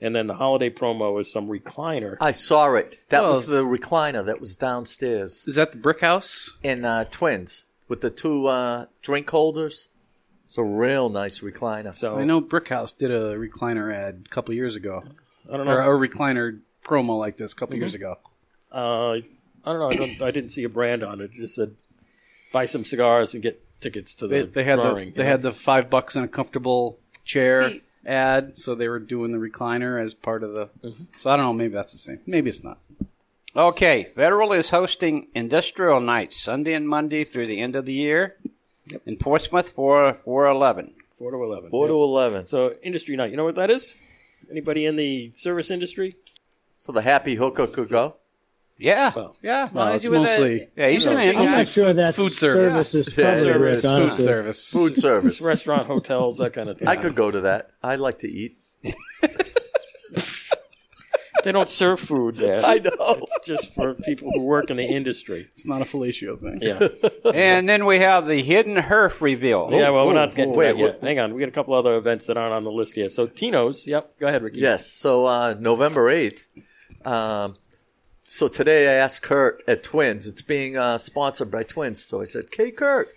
Speaker 2: And then the holiday promo is some recliner.
Speaker 1: I saw it. That
Speaker 6: Oh.
Speaker 1: was the recliner that was downstairs
Speaker 6: Is that the brick house?
Speaker 1: in uh, Twins with the two uh, drink holders. It's a real nice recliner.
Speaker 2: So
Speaker 6: I know Brick House did a recliner ad a couple years ago,
Speaker 2: I don't know.
Speaker 6: or a recliner promo like this a couple years ago.
Speaker 2: Uh, I don't know. I, don't, I didn't see a brand on it. It just said buy some cigars and get tickets to the
Speaker 6: They, they had
Speaker 2: drawing.
Speaker 6: the they had the five bucks and a comfortable chair
Speaker 5: Seat.
Speaker 6: ad, so they were doing the recliner as part of the. So I don't know. Maybe that's the same. Maybe it's not.
Speaker 4: Okay. Federal is hosting industrial nights Sunday and Monday through the end of the year in Portsmouth for 411.
Speaker 2: four to eleven.
Speaker 1: 4 to
Speaker 2: Yeah.
Speaker 1: 11.
Speaker 2: So industry night. You know what that is? Anybody in the service industry?
Speaker 1: So the happy hooker could go.
Speaker 4: Yeah.
Speaker 2: Well,
Speaker 4: yeah.
Speaker 5: long
Speaker 6: No,
Speaker 5: as
Speaker 6: it's
Speaker 5: you were the-
Speaker 6: mostly
Speaker 4: Yeah, he's an
Speaker 5: I'm
Speaker 3: I'm
Speaker 4: industry.
Speaker 3: not sure that
Speaker 6: Food service.
Speaker 3: is
Speaker 1: Yeah,
Speaker 3: covered,
Speaker 1: it
Speaker 6: service,
Speaker 1: is.
Speaker 3: Rick,
Speaker 6: food
Speaker 3: honestly.
Speaker 6: service.
Speaker 1: Food service.
Speaker 2: restaurant, hotels, that kind of thing.
Speaker 1: I could go to that. I like to eat.
Speaker 2: They don't serve food there.
Speaker 1: I know.
Speaker 2: It's just for people who work in the industry.
Speaker 6: It's not a fellatio thing.
Speaker 2: Yeah.
Speaker 4: And then we have the Hidden Herf reveal.
Speaker 2: yeah. Well, we're not getting to
Speaker 1: wait,
Speaker 2: that yet.
Speaker 1: what-
Speaker 2: Hang on. We got a couple other events that aren't on the list yet. So Tino's. Yep. Go ahead, Ricky.
Speaker 1: Yes. So uh, November eighth. Um, so today I asked Kurt at Twins. It's being uh, sponsored by Twins. So I said, "Hey, Kurt,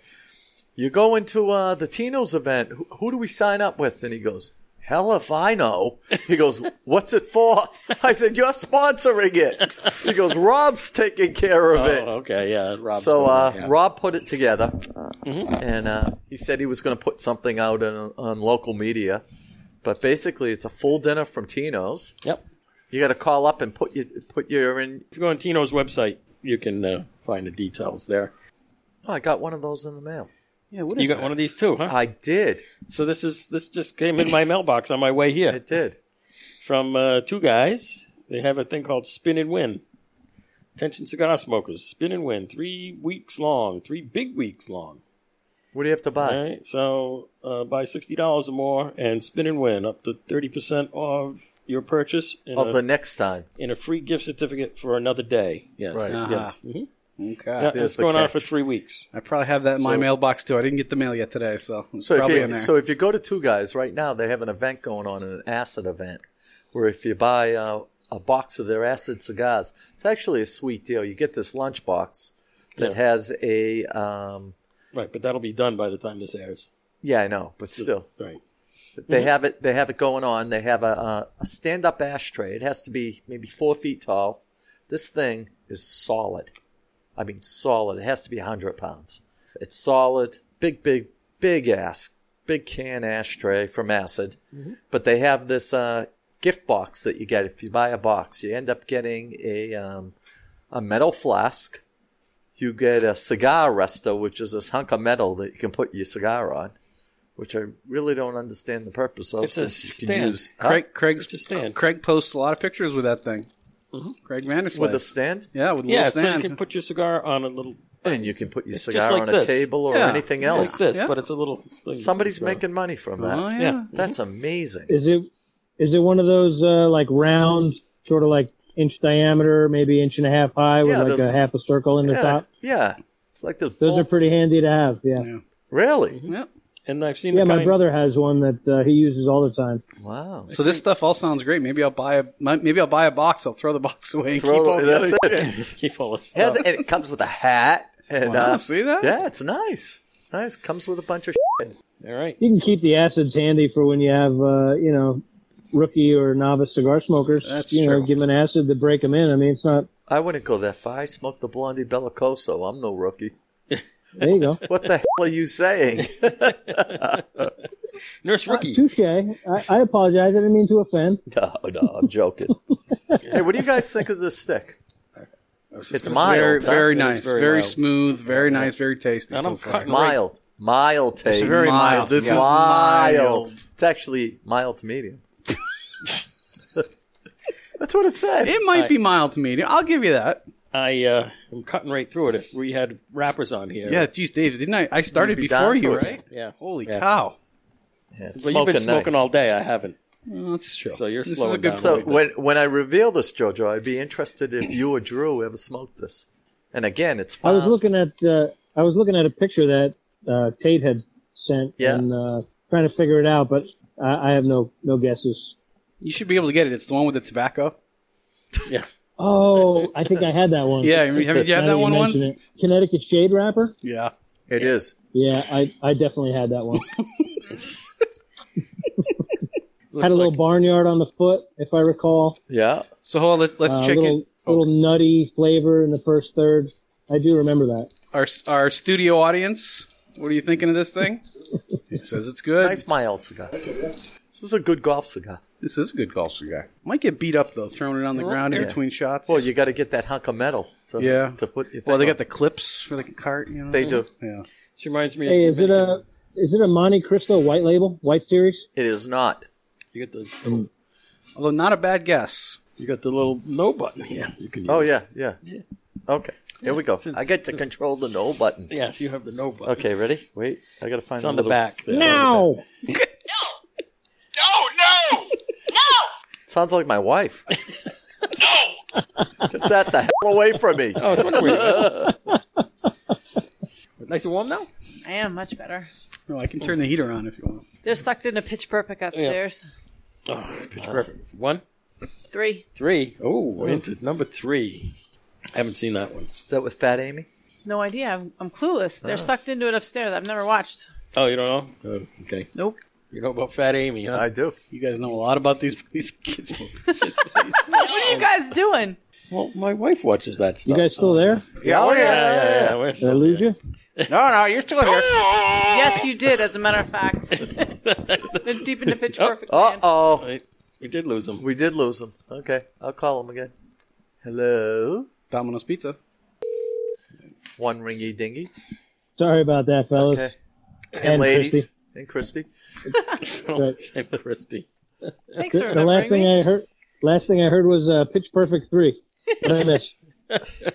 Speaker 1: you're going to uh, the Tino's event. Who, who do we sign up with?" And he goes, "Hell if I know." He goes, "What's it for?" I said, "You're sponsoring it." He goes, "Rob's taking care of it."
Speaker 2: Oh, okay. Yeah. Rob's
Speaker 1: So
Speaker 2: doing
Speaker 1: uh,
Speaker 2: that, yeah.
Speaker 1: Rob put it together, and uh, he said he was going to put something out on, on local media. But basically, it's a full dinner from Tino's.
Speaker 2: Yep.
Speaker 1: You got to call up and put your put your in.
Speaker 2: If you go on Tino's website, you can uh, find the details there.
Speaker 1: Oh, I got one of those in the mail.
Speaker 6: Yeah. What is
Speaker 2: You got
Speaker 6: that?
Speaker 2: one of these too, huh?
Speaker 1: I did.
Speaker 2: So this is this just came in my mailbox on my way here
Speaker 1: I did.
Speaker 2: from uh, two guys. They have a thing called Spin and Win. Attention, cigar smokers! Spin and Win, three weeks long, three big weeks long.
Speaker 1: What do you have to
Speaker 2: All
Speaker 1: buy?
Speaker 2: right, so uh, buy sixty dollars or more and Spin and Win up to thirty percent of your purchase in,
Speaker 1: Of
Speaker 2: a,
Speaker 1: the next time.
Speaker 2: in a free gift certificate for another day. Yes,
Speaker 1: Right.
Speaker 6: Ah,
Speaker 2: yes. Mhm.
Speaker 6: Okay.
Speaker 2: Yeah,
Speaker 1: There's
Speaker 2: it's
Speaker 1: the
Speaker 2: going on
Speaker 1: catch.
Speaker 2: for three weeks.
Speaker 6: I probably have that in my
Speaker 2: So-
Speaker 6: mailbox too. I didn't get the mail yet today, so it's
Speaker 1: So if,
Speaker 6: probably in
Speaker 1: you,
Speaker 6: there.
Speaker 1: so if you go to Two Guys right now, they have an event going on, an acid event, where if you buy uh, a box of their acid cigars, it's actually a sweet deal. You get this lunch box that
Speaker 2: Yeah.
Speaker 1: has a um,
Speaker 2: Right, but that'll be done by the time this airs.
Speaker 1: yeah, I know, but still,
Speaker 2: right.
Speaker 1: They have it. They have it going on. They have a, a, a stand-up ashtray. It has to be maybe four feet tall. This thing is solid. I mean, solid. It has to be hundred pounds. It's solid. Big, big, big ass, big can ashtray from acid.
Speaker 2: Mm-hmm.
Speaker 1: But they have this uh, gift box that you get if you buy a box. You end up getting a um, a metal flask. You get a cigar rester, which is this hunk of metal that you can put your cigar on. Which I really don't understand the purpose of,
Speaker 2: It's a
Speaker 1: since you can
Speaker 2: stand.
Speaker 1: use huh?
Speaker 6: Craig, Craig's
Speaker 2: It's a stand.
Speaker 6: Craig posts a lot of pictures with that thing. Craig Vanderslade.
Speaker 1: with a stand,
Speaker 6: yeah, with a
Speaker 2: Yeah,
Speaker 6: little
Speaker 2: so you
Speaker 6: stand.
Speaker 2: can put your cigar on a little
Speaker 1: and you can put your
Speaker 2: just
Speaker 1: cigar
Speaker 2: like
Speaker 1: on a
Speaker 2: this.
Speaker 1: table or
Speaker 6: Yeah.
Speaker 1: anything
Speaker 6: It's
Speaker 2: like
Speaker 1: else.
Speaker 2: this,
Speaker 6: Yeah.
Speaker 2: but it's a little. thing.
Speaker 1: Somebody's
Speaker 2: So-
Speaker 1: making money from that.
Speaker 6: oh yeah.
Speaker 2: Yeah.
Speaker 1: That's amazing.
Speaker 3: Is it is it one of those uh, like round, sort of like inch diameter, maybe inch and a half high, with
Speaker 1: Yeah,
Speaker 3: like
Speaker 1: those-
Speaker 3: a half a circle in the
Speaker 1: Yeah,
Speaker 3: top?
Speaker 1: yeah. It's like the
Speaker 3: Those are pretty handy to have. Yeah,
Speaker 6: Yeah.
Speaker 3: yeah.
Speaker 1: really
Speaker 6: Yep.
Speaker 2: And I've seen. the
Speaker 3: my
Speaker 2: kind-
Speaker 3: brother has one that uh, he uses all the time.
Speaker 1: wow.
Speaker 6: So this stuff all sounds great. Maybe I'll buy a my- maybe I'll buy a box. I'll throw the box away and keep all the
Speaker 1: that's
Speaker 6: other
Speaker 1: it.
Speaker 2: Keep all this
Speaker 1: It has-
Speaker 2: stuff.
Speaker 1: and it comes with a hat. And
Speaker 6: Wow,
Speaker 1: uh,
Speaker 6: see that?
Speaker 1: Yeah, it's nice. Nice. Comes with a bunch of shit.
Speaker 2: All right.
Speaker 3: You can keep the acids handy for when you have, uh, you know, rookie or novice cigar smokers.
Speaker 6: That's
Speaker 3: you know,
Speaker 6: true.
Speaker 3: give them an acid to break them in. I mean, it's not.
Speaker 1: I wouldn't go that far. I smoked the Blondie Bellicoso. I'm no rookie.
Speaker 3: There you go.
Speaker 1: What the hell are you saying?
Speaker 2: Nurse Rookie.
Speaker 3: Touche. I, I apologize. I didn't mean to offend.
Speaker 1: No, no, I'm joking. hey, what do you guys think of this stick? It's mild.
Speaker 6: Very,
Speaker 1: huh?
Speaker 6: very
Speaker 1: It's
Speaker 6: nice. Very,
Speaker 1: mild.
Speaker 6: smooth. Very nice. Very tasty.
Speaker 2: And
Speaker 6: so
Speaker 2: I'm
Speaker 6: far.
Speaker 2: cutting right-
Speaker 1: Mild. Mild taste.
Speaker 4: It's very
Speaker 6: mild.
Speaker 4: mild.
Speaker 1: This
Speaker 6: Yeah.
Speaker 1: is mild.
Speaker 6: Mild.
Speaker 1: It's actually mild to medium. That's what it said.
Speaker 6: It might
Speaker 2: I-
Speaker 6: be mild to medium. I'll give you that.
Speaker 2: I uh, am cutting right through it. If we had rappers on here,
Speaker 6: Yeah, geez, Dave, didn't I? I started
Speaker 1: You'd be
Speaker 6: before
Speaker 1: down to
Speaker 6: you,
Speaker 1: it.
Speaker 6: right?
Speaker 2: yeah.
Speaker 6: Holy
Speaker 2: Yeah.
Speaker 6: cow!
Speaker 1: Yeah, it's
Speaker 2: Well, you've been smoking
Speaker 1: nice.
Speaker 2: all day. I haven't.
Speaker 6: Well, that's true.
Speaker 2: So you're
Speaker 6: This is
Speaker 2: slowing
Speaker 6: a good
Speaker 2: down.
Speaker 1: So when when I reveal this, Jojo, I'd be interested if you or Drew ever smoked this. And again, it's
Speaker 3: I
Speaker 1: fine.
Speaker 3: was looking at uh, I was looking at a picture that uh, Tate had sent
Speaker 1: Yeah.
Speaker 3: and uh, trying to figure it out, but I, I have no no guesses.
Speaker 6: You should be able to get it. It's the one with the tobacco.
Speaker 2: Yeah.
Speaker 3: Oh, I think I had that one.
Speaker 6: Yeah, have you, have you
Speaker 3: Now
Speaker 6: had that
Speaker 3: you
Speaker 6: one once?
Speaker 3: mention it. Connecticut Shade Wrapper?
Speaker 6: Yeah.
Speaker 1: It is.
Speaker 3: Yeah, I, I definitely had that one.
Speaker 2: Looks
Speaker 3: had a little
Speaker 2: like-
Speaker 3: barnyard on the foot, if I recall.
Speaker 1: Yeah.
Speaker 6: So hold on, let, let's
Speaker 3: Uh,
Speaker 6: check
Speaker 3: little,
Speaker 6: it.
Speaker 3: little nutty flavor in the first third. I do remember that.
Speaker 6: Our our studio audience, what are you thinking of this thing? it says it's good.
Speaker 1: Nice mild cigar. This is a good golf cigar.
Speaker 6: This is a good golf cigar. Might get beat up though, throwing it on the ground in
Speaker 1: yeah.
Speaker 6: between shots.
Speaker 1: Well, you got to get that hunk of metal to,
Speaker 6: Yeah.
Speaker 1: to put your
Speaker 6: well, they
Speaker 1: thing
Speaker 6: got
Speaker 1: on.
Speaker 6: the clips for the cart. You know,
Speaker 1: They do.
Speaker 6: Yeah.
Speaker 2: This reminds me.
Speaker 3: Hey,
Speaker 2: of
Speaker 3: is it a is it a Monte Cristo white label, white series?
Speaker 1: It is not.
Speaker 2: You got the
Speaker 6: Although not a bad guess.
Speaker 2: you got the little no button here. You can. Use.
Speaker 1: Oh, yeah, yeah. Okay, here we go. I get to control the no button.
Speaker 2: Yes, you have the no button.
Speaker 1: Okay, ready? Wait, I got to find
Speaker 2: It's on
Speaker 1: a
Speaker 2: the
Speaker 1: little-
Speaker 2: back. There.
Speaker 3: Now,
Speaker 1: Sounds like my wife. no! Get that the hell away from me.
Speaker 2: Oh, it's one where you Nice and warm now.
Speaker 5: I am much better.
Speaker 6: No, I can turn the heater on if you want.
Speaker 5: They're sucked into pitch perfect upstairs.
Speaker 2: Oh, pitch perfect. One,
Speaker 5: Three.
Speaker 2: three. Oh, we're into number three. I haven't seen that one.
Speaker 1: Is that with Fat Amy?
Speaker 5: No idea. I'm, I'm clueless. They're sucked into it upstairs. I've never watched.
Speaker 2: Oh, you don't know? Oh, okay.
Speaker 5: Nope.
Speaker 2: You know about Fat Amy, huh?
Speaker 1: I do.
Speaker 6: You guys know a lot about these these kids. movies.
Speaker 5: What are you guys doing?
Speaker 2: well, my wife watches that
Speaker 3: you
Speaker 2: stuff.
Speaker 3: guys still there?
Speaker 1: Yeah, oh, yeah,
Speaker 2: yeah, yeah, yeah. we're
Speaker 3: Did I
Speaker 2: still
Speaker 3: lose you?
Speaker 4: No, no, you're still here.
Speaker 5: Yes, you did. As a matter of fact, they're deep into pitch perfect.
Speaker 1: Uh
Speaker 5: man.
Speaker 1: oh.
Speaker 2: Right. We did lose him.
Speaker 1: We did lose him. Okay, I'll call him again. Hello?
Speaker 6: Domino's Pizza.
Speaker 1: One ringy dingy.
Speaker 3: Sorry about that, fellas.
Speaker 1: Okay. And,
Speaker 3: And
Speaker 1: ladies.
Speaker 3: Christy.
Speaker 1: And Christy.
Speaker 2: Same with Christy.
Speaker 5: Thanks for
Speaker 3: The, the last
Speaker 5: remembering
Speaker 3: thing
Speaker 5: me.
Speaker 3: I heard, last thing I heard was uh, Pitch Perfect three. What did I miss?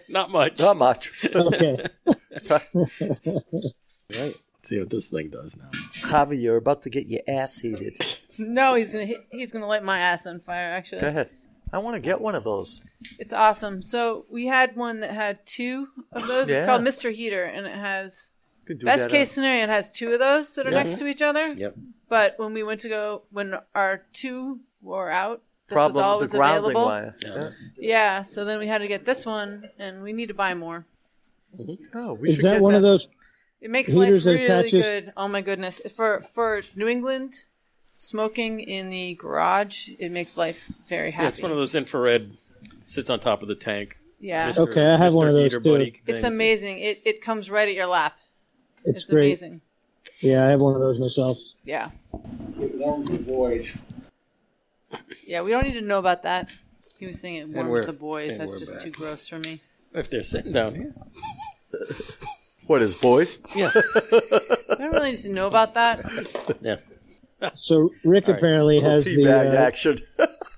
Speaker 2: Not much.
Speaker 1: Not much.
Speaker 3: Okay,
Speaker 2: Right. See what this thing does now.
Speaker 1: Javi, you're about to get your ass heated.
Speaker 5: No, he's gonna he- he's gonna light my ass on fire. Actually,
Speaker 1: Go ahead. I want to get one of those.
Speaker 5: it's awesome. So we had one that had two of those.
Speaker 1: Yeah.
Speaker 5: It's called Mr. Heater, and it has
Speaker 1: You could do
Speaker 5: best
Speaker 1: that, uh,
Speaker 5: case scenario. It has two of those that are next to each other.
Speaker 2: Yep.
Speaker 5: But when we went to go, when our two wore out, this was
Speaker 1: problem
Speaker 5: all
Speaker 1: with
Speaker 5: was
Speaker 1: the grounding
Speaker 5: available.
Speaker 1: wire. Yeah.
Speaker 5: Yeah, so then we had to get this one, and we need to buy more.
Speaker 1: Oh, we
Speaker 3: is
Speaker 1: should
Speaker 3: that
Speaker 1: get
Speaker 3: one
Speaker 1: that.
Speaker 3: of those?
Speaker 5: It makes
Speaker 3: Heaters
Speaker 5: life
Speaker 3: and
Speaker 5: really
Speaker 3: attaches.
Speaker 5: good. Oh my goodness, for for New England, smoking in the garage, it makes life very
Speaker 2: Yeah, it's
Speaker 5: happy.
Speaker 2: one of those infrared. Sits on top of the tank.
Speaker 5: yeah, it's,
Speaker 2: Mr.
Speaker 3: Okay, I have one of
Speaker 2: Mr.
Speaker 3: those,
Speaker 2: Heater
Speaker 3: too.
Speaker 2: Buddy things.
Speaker 5: amazing. It it comes right at your lap. It's,
Speaker 3: It's, great.
Speaker 5: amazing.
Speaker 3: Yeah, I have one of those myself.
Speaker 5: Yeah,
Speaker 7: It warms the void.
Speaker 5: yeah. We don't need to know about that. He was saying it warms
Speaker 2: we're-
Speaker 5: the boys.
Speaker 2: and
Speaker 5: That's
Speaker 2: we're
Speaker 5: just
Speaker 2: back.
Speaker 5: too gross for me.
Speaker 2: If they're sitting down here.
Speaker 1: What is boys?
Speaker 5: I don't really need to know about that.
Speaker 2: Yeah.
Speaker 3: So Rick apparently has the
Speaker 1: Teabag
Speaker 3: uh,
Speaker 1: action.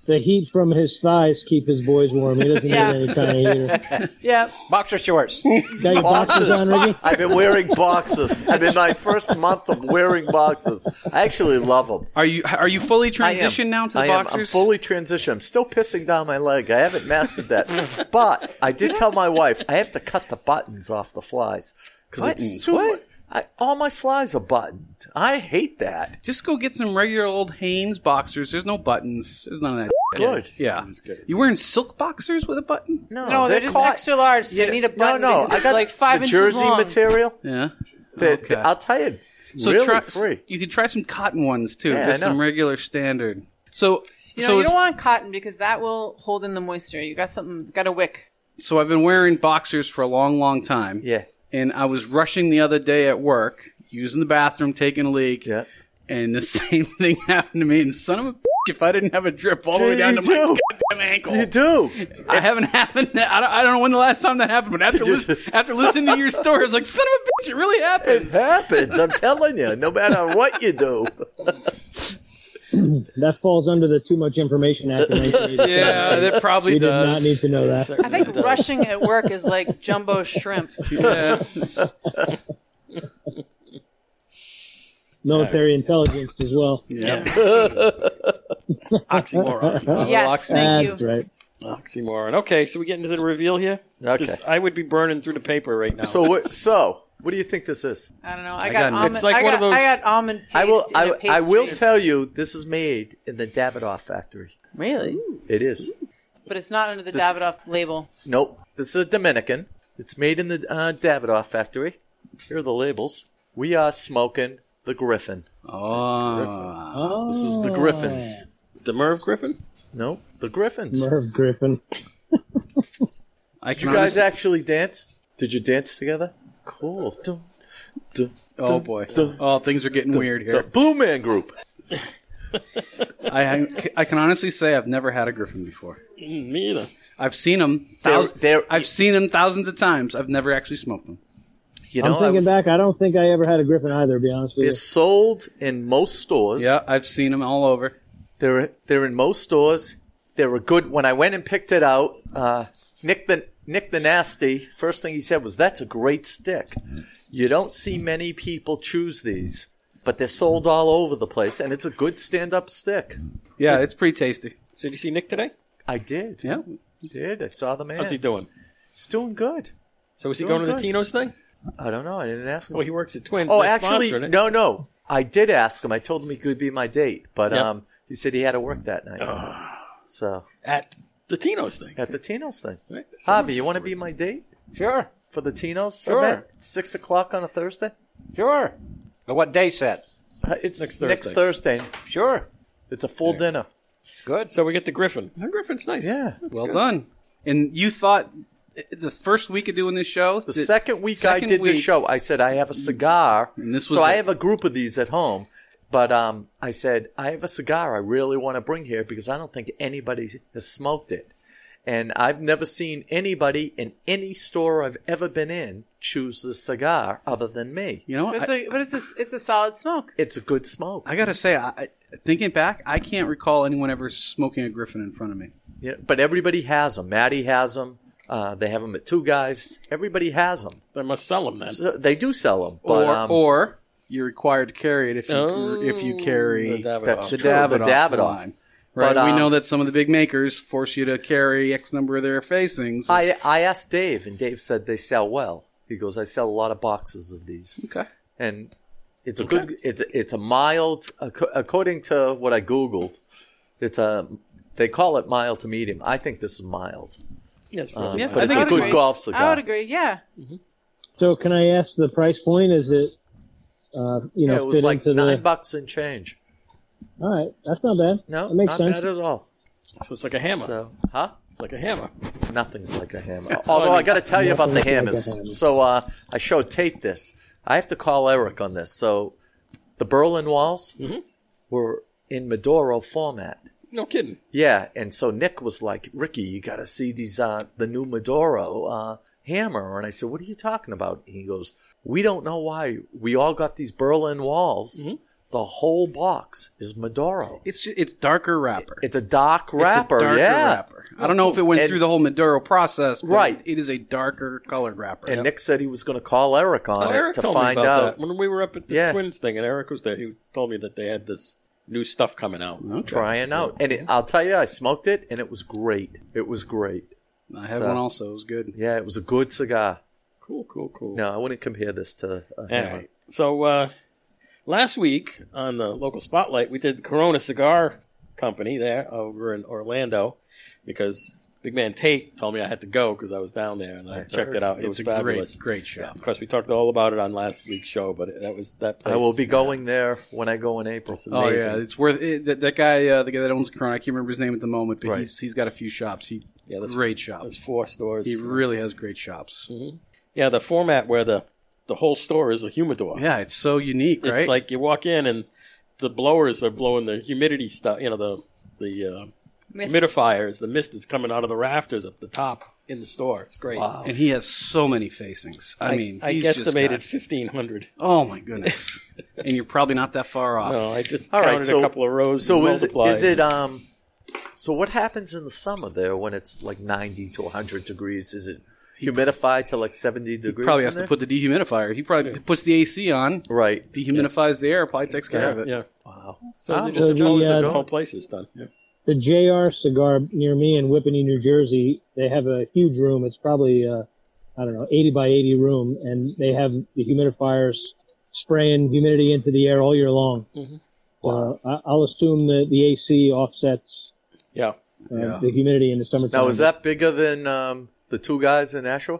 Speaker 3: the heat from his thighs keep his boys warm. He doesn't
Speaker 5: Yeah.
Speaker 3: need any kind of heater.
Speaker 5: Yeah,
Speaker 4: Boxer shorts.
Speaker 3: Got your boxes on, Ricky?
Speaker 1: I've been wearing boxes. I'm in my first month of wearing boxes. I actually love them.
Speaker 6: Are you are you fully
Speaker 1: I am.
Speaker 6: transitioned now to the
Speaker 1: I am.
Speaker 6: boxers?
Speaker 1: I'm fully transitioned. I'm still pissing down my leg. I haven't mastered that. but I did tell my wife I have to cut the buttons off the flies because it's
Speaker 6: Buttons?
Speaker 1: too.
Speaker 6: What?
Speaker 1: I, all my flies are buttoned. I hate that.
Speaker 6: Just go get some regular old Hanes boxers. There's no buttons. There's none of that.
Speaker 1: Good.
Speaker 6: Yeah. You wearing silk boxers with a button?
Speaker 1: No,
Speaker 5: no, they're, just
Speaker 1: Oh, caught.
Speaker 5: extra large. So
Speaker 1: You
Speaker 5: they
Speaker 1: know-
Speaker 5: need a button.
Speaker 1: No, no,
Speaker 5: because
Speaker 1: I
Speaker 5: it's
Speaker 1: got
Speaker 5: like five
Speaker 1: the
Speaker 5: inches
Speaker 1: jersey
Speaker 5: long.
Speaker 1: material.
Speaker 6: Yeah.
Speaker 1: They-
Speaker 6: Okay.
Speaker 1: I'll tell you,
Speaker 6: So
Speaker 1: really
Speaker 6: try,
Speaker 1: free.
Speaker 6: You can try some cotton ones too.
Speaker 1: Yeah, I
Speaker 6: Just
Speaker 1: know.
Speaker 6: some regular standard. So
Speaker 5: You
Speaker 6: so
Speaker 5: know, you don't
Speaker 6: it's-
Speaker 5: want cotton because that will hold in the moisture. You got something, got a wick.
Speaker 6: so I've been wearing boxers for a long, long time.
Speaker 1: Yeah,
Speaker 6: And I was rushing the other day at work, using the bathroom, taking a leak.
Speaker 1: yeah.
Speaker 6: And the same thing happened to me. And son of a bitch, if I didn't have a drip all the way
Speaker 1: Yeah,
Speaker 6: down
Speaker 1: you
Speaker 6: to my
Speaker 1: do.
Speaker 6: goddamn ankle,
Speaker 1: You do.
Speaker 6: I haven't happened. That, I, don't, I don't know when the last time that happened, but after
Speaker 1: Just-
Speaker 6: listen, after listening to your story, I was like, son of a bitch, it really
Speaker 1: It
Speaker 6: happened.
Speaker 1: happens. I'm telling you. No matter what you do.
Speaker 3: That falls under the too much information act. of 1987.
Speaker 6: Yeah, that probably
Speaker 3: we did
Speaker 6: does.
Speaker 3: not need to know that.
Speaker 5: I think rushing at work is like jumbo shrimp.
Speaker 6: Yeah.
Speaker 3: Military intelligence as well.
Speaker 6: yeah.
Speaker 2: Oxymoron.
Speaker 5: yes, thank you.
Speaker 3: That's right.
Speaker 2: Oxymoron. Okay, so we get into the reveal here.
Speaker 1: Okay.
Speaker 2: 'Cause I would be burning through the paper right now.
Speaker 1: So what? So what do you think this is?
Speaker 5: I don't know. I got,
Speaker 6: got-
Speaker 5: almond.
Speaker 2: It's like
Speaker 5: I,
Speaker 2: one
Speaker 5: got
Speaker 2: of those-
Speaker 5: I got almond paste
Speaker 1: I will.
Speaker 5: in
Speaker 1: I,
Speaker 5: a pastry.
Speaker 1: I will tell you. This is made in the Davidoff factory.
Speaker 5: Really?
Speaker 1: It is.
Speaker 5: But it's not under the
Speaker 1: This-
Speaker 5: Davidoff label.
Speaker 1: Nope. This is a Dominican. It's made in the uh, Davidoff factory. Here are the labels. We are smoking the Griffin.
Speaker 6: Oh.
Speaker 3: Oh,
Speaker 1: This is the Griffins.
Speaker 2: the Merv Griffin?
Speaker 1: Nope. The Griffins.
Speaker 3: Merv Griffin.
Speaker 6: I
Speaker 1: Did
Speaker 6: can
Speaker 1: you guys
Speaker 6: honestly-
Speaker 1: actually dance? Did you dance together? Cool. Dun, dun,
Speaker 6: Oh boy.
Speaker 1: dun,
Speaker 6: Oh, things are getting weird
Speaker 1: The
Speaker 6: here.
Speaker 1: Blue Man Group.
Speaker 6: I I can honestly say I've never had a griffin before.
Speaker 2: Mm, Me either.
Speaker 6: I've seen them.
Speaker 1: They're- they're-
Speaker 6: I've seen them thousands of times. I've never actually smoked them.
Speaker 1: You know,
Speaker 3: I'm
Speaker 1: I
Speaker 3: thinking
Speaker 1: was,
Speaker 3: back. I don't think I ever had a Griffin either. To be honest with
Speaker 1: they're
Speaker 3: you.
Speaker 1: sold in most stores.
Speaker 6: Yeah, I've seen them all over.
Speaker 1: They're they're in most stores. They were good. When I went and picked it out, uh, Nick the Nick the Nasty, first thing he said was, "That's a great stick." You don't see many people choose these, but they're sold all over the place, and it's a good stand-up stick.
Speaker 6: Yeah, it's pretty tasty.
Speaker 2: So did you see Nick today?
Speaker 1: I did,
Speaker 6: Yeah.
Speaker 1: did. I saw the man.
Speaker 2: How's he doing?
Speaker 1: He's doing good.
Speaker 2: So is he
Speaker 1: Doing
Speaker 2: going to the
Speaker 1: good.
Speaker 2: Tino's thing?
Speaker 1: I don't know. I didn't ask him.
Speaker 2: Oh, he works at Twins.
Speaker 1: Oh,
Speaker 2: They're
Speaker 1: actually,
Speaker 2: sponsoring it.
Speaker 1: no, no. I did ask him. I told him he could be my date, but
Speaker 2: Yep.
Speaker 1: um, he said he had to work that night. So
Speaker 2: At the Tino's thing.
Speaker 1: at the Tino's thing,
Speaker 2: Right?
Speaker 1: Javi, you want to be my date
Speaker 4: Sure,
Speaker 1: for the Tino's
Speaker 4: Sure.
Speaker 1: event? It's Six o'clock on a Thursday.
Speaker 4: sure. But what day set?
Speaker 1: Uh, It's next
Speaker 2: Thursday.
Speaker 1: Thursday. Next Thursday.
Speaker 4: Sure.
Speaker 1: It's a full dinner.
Speaker 4: Good.
Speaker 2: So we get the Griffin. The Griffin's nice.
Speaker 1: Yeah.
Speaker 6: Well done. And you thought eh, the first week of doing this show,
Speaker 1: The second week
Speaker 6: second
Speaker 1: I did the
Speaker 6: week-
Speaker 1: show, I said I have a cigar.
Speaker 6: And this was
Speaker 1: so I
Speaker 6: it.
Speaker 1: have a group of these at home. But um, I said I have a cigar I really want to bring here because I don't think anybody has smoked it, and I've never seen anybody in any store I've ever been in choose the cigar other than me.
Speaker 6: you know,
Speaker 5: But
Speaker 6: what?
Speaker 5: it's,
Speaker 6: I,
Speaker 5: a, but it's, a, it's a solid smoke.
Speaker 1: It's a good smoke.
Speaker 6: I gotta say, I, I- thinking back, I can't recall anyone ever smoking a griffin in front of me.
Speaker 1: Yeah, but everybody has them. Maddie has them. Uh, they have them at Two Guys. Everybody has them.
Speaker 2: They must sell him then.
Speaker 1: So they do sell them. But,
Speaker 6: or,
Speaker 1: um,
Speaker 6: or you're required to carry it if you
Speaker 2: Oh,
Speaker 6: if you carry
Speaker 2: the Davidoff.
Speaker 1: That's
Speaker 6: the
Speaker 1: true, the
Speaker 6: Davidoff,
Speaker 1: Davidoff.
Speaker 6: line. Right,
Speaker 1: But,
Speaker 6: we
Speaker 1: um,
Speaker 6: know that some of the big makers force you to carry X number of their facings.
Speaker 1: I I asked Dave, and Dave said they sell well. He goes, I sell a lot of boxes of these,
Speaker 6: okay.
Speaker 1: and it's a good. It's it's a mild, ac- according to what I googled, it's a they call it mild to medium. I think this is mild,
Speaker 2: Yes,
Speaker 1: um,
Speaker 2: probably.
Speaker 5: Yeah,
Speaker 1: but
Speaker 5: I
Speaker 1: it's
Speaker 5: think
Speaker 1: a
Speaker 5: I'd
Speaker 1: good
Speaker 5: agree.
Speaker 1: golf
Speaker 5: I would
Speaker 1: cigar.
Speaker 5: agree. Yeah.
Speaker 3: So can I ask the price point? Is it, uh, you know,
Speaker 1: Yeah, it was
Speaker 3: fit
Speaker 1: like
Speaker 3: into
Speaker 1: nine
Speaker 3: the?
Speaker 1: bucks and change.
Speaker 3: All right, that's not bad.
Speaker 1: No,
Speaker 3: that makes
Speaker 1: not
Speaker 3: sense.
Speaker 1: bad at all.
Speaker 2: so it's like a hammer.
Speaker 1: So, huh?
Speaker 2: It's like a hammer.
Speaker 1: Nothing's like a hammer. Although I got to tell you about the
Speaker 3: Nothing's
Speaker 1: hammers.
Speaker 3: like a hammer.
Speaker 1: So uh, I showed Tate this. I have to call Eric on this. So the Berlin walls
Speaker 3: Mm-hmm.
Speaker 1: were in Maduro format.
Speaker 2: No kidding.
Speaker 1: Yeah, and so Nick was like, "Ricky, you got to see these uh, the new Maduro uh, hammer." And I said, "What are you talking about?" And he goes, "We don't know why we all got these Berlin walls.
Speaker 2: Mm-hmm.
Speaker 1: The whole box is Maduro.
Speaker 6: It's ju- it's darker wrapper.
Speaker 1: It's a dark
Speaker 6: It's a
Speaker 1: wrapper.
Speaker 6: darker
Speaker 1: yeah."
Speaker 6: wrapper. I don't know if it went
Speaker 1: And-
Speaker 6: through the whole Maduro process, but
Speaker 1: Right.
Speaker 6: It is a darker colored wrapper.
Speaker 1: And Nick said he was going to call Eric on
Speaker 2: Oh,
Speaker 1: it
Speaker 2: Eric
Speaker 1: to
Speaker 2: told me
Speaker 1: find
Speaker 2: about
Speaker 1: out.
Speaker 2: that when we were up at the
Speaker 1: Yeah.
Speaker 2: Twins thing, and Eric was there. He told me that they had this new stuff coming out.
Speaker 6: Okay.
Speaker 1: trying out. And it, I'll tell you, I smoked it and it was great. It was great.
Speaker 6: I had
Speaker 1: So-
Speaker 6: one also. It was good.
Speaker 1: Yeah, it was a good cigar.
Speaker 2: Cool, cool, cool.
Speaker 1: No, I wouldn't compare this to a
Speaker 2: All
Speaker 1: hammer.
Speaker 2: right. So uh, last week on the local spotlight, we did the Corona Cigar Company there over in Orlando because Big Man Tate told me I had to go because I was down there and I checked it out. It was
Speaker 6: it's a
Speaker 2: fabulous.
Speaker 6: great, great shop.
Speaker 2: Of course, we talked all about it on last week's show, but that was that. Place.
Speaker 1: I will be going there when I go in April.
Speaker 6: Oh yeah, it's worth it. That, that guy, uh, the guy that owns Corona, I can't remember his name at the moment, but
Speaker 1: Right.
Speaker 6: he's he's got a few shops. He
Speaker 2: Yeah, that's- Mm-hmm.
Speaker 6: great
Speaker 2: There's
Speaker 6: shops.
Speaker 2: four stores.
Speaker 6: He really has great shops.
Speaker 2: yeah, the format where the the whole store is a humidor.
Speaker 6: Yeah, it's so unique, right?
Speaker 2: It's like you walk in and the blowers are blowing the humidity stuff. You know the the uh,
Speaker 5: Mist.
Speaker 2: humidifiers. The mist is coming out of the rafters up the top in the store. It's great. Wow.
Speaker 6: and he has so many facings. I, mean,
Speaker 2: I
Speaker 6: he's just
Speaker 2: guesstimated
Speaker 6: got-
Speaker 2: fifteen hundred.
Speaker 6: oh my goodness! and you're probably not that far off.
Speaker 2: No, I just
Speaker 1: All right,
Speaker 2: counted
Speaker 1: so-
Speaker 2: a couple of rows.
Speaker 1: So
Speaker 2: and
Speaker 1: is it,
Speaker 2: multiplied.
Speaker 1: is it um? So what happens in the summer there when it's like ninety to hundred degrees? Is it humidified to like seventy degrees?
Speaker 6: probably
Speaker 1: in
Speaker 6: has to
Speaker 1: there?
Speaker 6: put the dehumidifier. He probably puts the AC on,
Speaker 1: right.
Speaker 6: dehumidifies the air, probably takes care of it.
Speaker 2: Yeah.
Speaker 1: Wow.
Speaker 2: So
Speaker 1: Wow.
Speaker 2: they just
Speaker 3: So
Speaker 2: adjusted
Speaker 3: the, uh,
Speaker 2: the whole place is done. Yeah.
Speaker 3: the JR cigar near me in Whippany, New Jersey, they have a huge room. It's probably, uh, I don't know, 80 by 80 room. And they have the humidifiers spraying humidity into the air all year long. Uh, I, I'll assume that the AC offsets
Speaker 2: Yeah.
Speaker 3: uh,
Speaker 6: Yeah.
Speaker 3: the humidity in the summertime.
Speaker 1: Now is that bigger than um the two guys in Nashua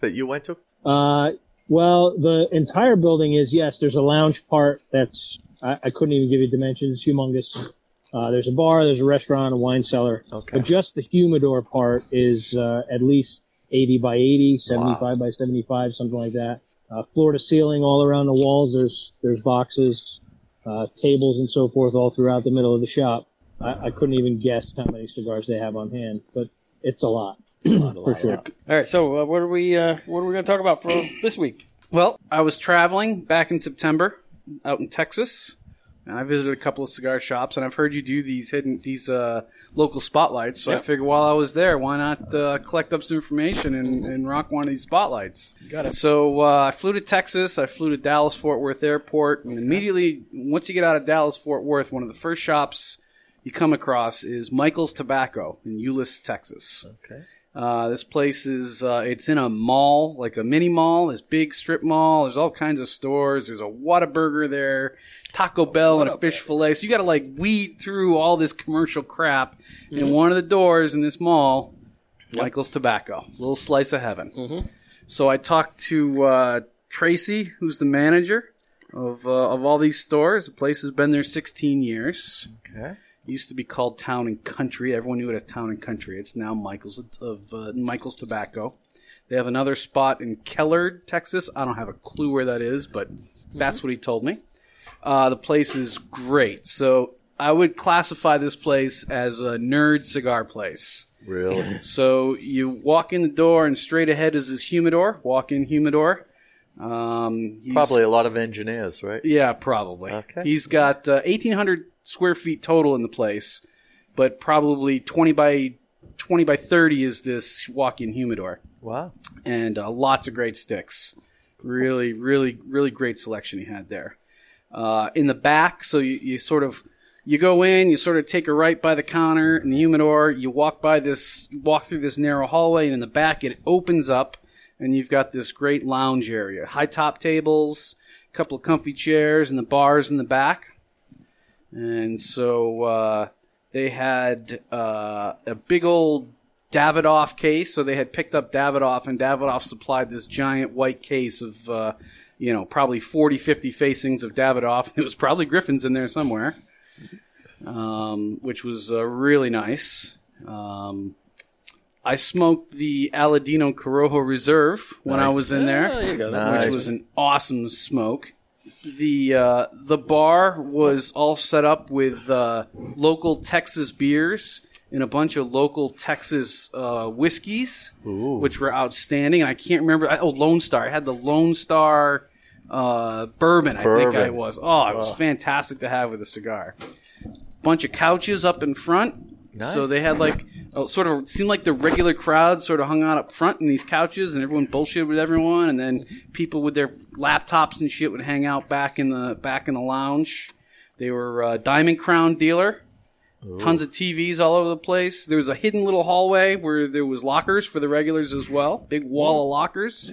Speaker 1: that you went to?
Speaker 3: Uh, well, the entire building is yes. There's a lounge part that's I, I couldn't even give you dimensions. It's humongous. Uh, there's a bar, there's a restaurant, a wine cellar.
Speaker 1: Okay.
Speaker 3: But just the humidor part is uh, at least 80 by 80, 75 by 75, something like that. Uh, floor to ceiling, all around the walls. There's there's boxes, uh, tables, and so forth, all throughout the middle of the shop. I, I couldn't even guess how many cigars they have on hand, but it's a lot. for sure.
Speaker 2: All right. So uh, what are we uh, what are we going to talk about for this week?
Speaker 6: Well, I was traveling back in September out in Texas, and I visited a couple of cigar shops, and I've heard you do these hidden these uh, local spotlights. So
Speaker 2: Yeah.
Speaker 6: I figured while I was there, why not uh, collect up some information and, and rock one of these spotlights?
Speaker 2: Got it.
Speaker 6: So uh, I flew to Texas. I flew to Dallas Fort Worth Airport, and immediately once you get out of Dallas Fort Worth, one of the first shops you come across is Michael's Tobacco in Euless, Texas.
Speaker 1: Okay.
Speaker 6: Uh, this place is uh, it's in a mall, like a mini mall, this big strip mall. There's all kinds of stores. There's a Whataburger there, Taco Bell, and a fish fillet. So you got to like weed through all this commercial crap. And one of the doors in this mall, Michael's Tobacco, little slice of heaven. So I talked to uh, Tracy, who's the manager of uh, of all these stores. The place has been there 16 years
Speaker 1: Okay.
Speaker 6: used to be called Town and Country. Everyone knew it as Town and Country. It's now Michael's of uh, Michael's Tobacco. They have another spot in Kellard, Texas. I don't have a clue where that is, but that's what he told me. Uh, the place is great. So I would classify this place as a nerd cigar place.
Speaker 1: Really?
Speaker 6: So you walk in the door, and straight ahead is this humidor. Walk in humidor. Um, he's-
Speaker 1: Probably a lot of engineers, right?
Speaker 6: yeah, probably.
Speaker 1: Okay.
Speaker 6: He's got uh, 1,800 square feet total in the place, but probably 20 by 20 by 30 is this walk-in humidor,
Speaker 1: Wow.
Speaker 6: and uh, lots of great sticks. Really, really, really great selection he had there. Uh, in the back, so you, you sort of you go in, you sort of take a right by the counter in the humidor. You walk by this, walk through this narrow hallway, and in the back it opens up, and you've got this great lounge area, high top tables, a couple of comfy chairs, and the bars in the back. And so uh, they had uh, a big old Davidoff case. So they had picked up Davidoff, and Davidoff supplied this giant white case of, uh, you know, probably 40, 50 facings of Davidoff. It was probably Griffin's in there somewhere, um, which was uh, really nice. Um, I smoked the Aladino Corojo Reserve when I
Speaker 1: Nice.
Speaker 6: was in there
Speaker 2: Oh, you got it.
Speaker 1: Nice.
Speaker 6: which was an awesome smoke. The uh, the bar was all set up with uh, local Texas beers and a bunch of local Texas uh, whiskeys, which were outstanding. And I can't remember. I, oh, Lone Star. I had the Lone Star uh, bourbon. I think I
Speaker 1: Bourbon.
Speaker 6: was. Oh, it was fantastic to have with a cigar. Bunch of couches up in front. So
Speaker 1: Nice.
Speaker 6: they had like oh, sort of seemed like the regular crowd sort of hung out up front in these couches, and everyone bullshit with everyone, and then people with their laptops and shit would hang out back in the back in the lounge. They were uh, Diamond Crown dealer, tons of TVs all over the place. There was a hidden little hallway where there was lockers for the regulars as well, big wall of lockers.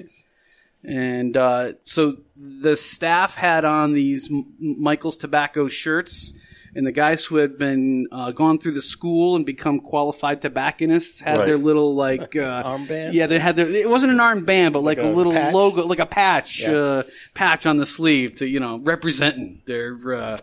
Speaker 6: And uh, so the staff had on these M- Michael's Tobacco shirts and the guys who had been uh, gone through the school and become qualified tobacconists had
Speaker 1: Right.
Speaker 6: their little like uh,
Speaker 2: Armband?
Speaker 6: Yeah, they had their. It wasn't an arm band, but like,
Speaker 2: Like a
Speaker 6: a, little
Speaker 2: patch?
Speaker 6: logo, like a patch,
Speaker 2: Yeah.
Speaker 6: uh, patch on the sleeve to you know representing their uh,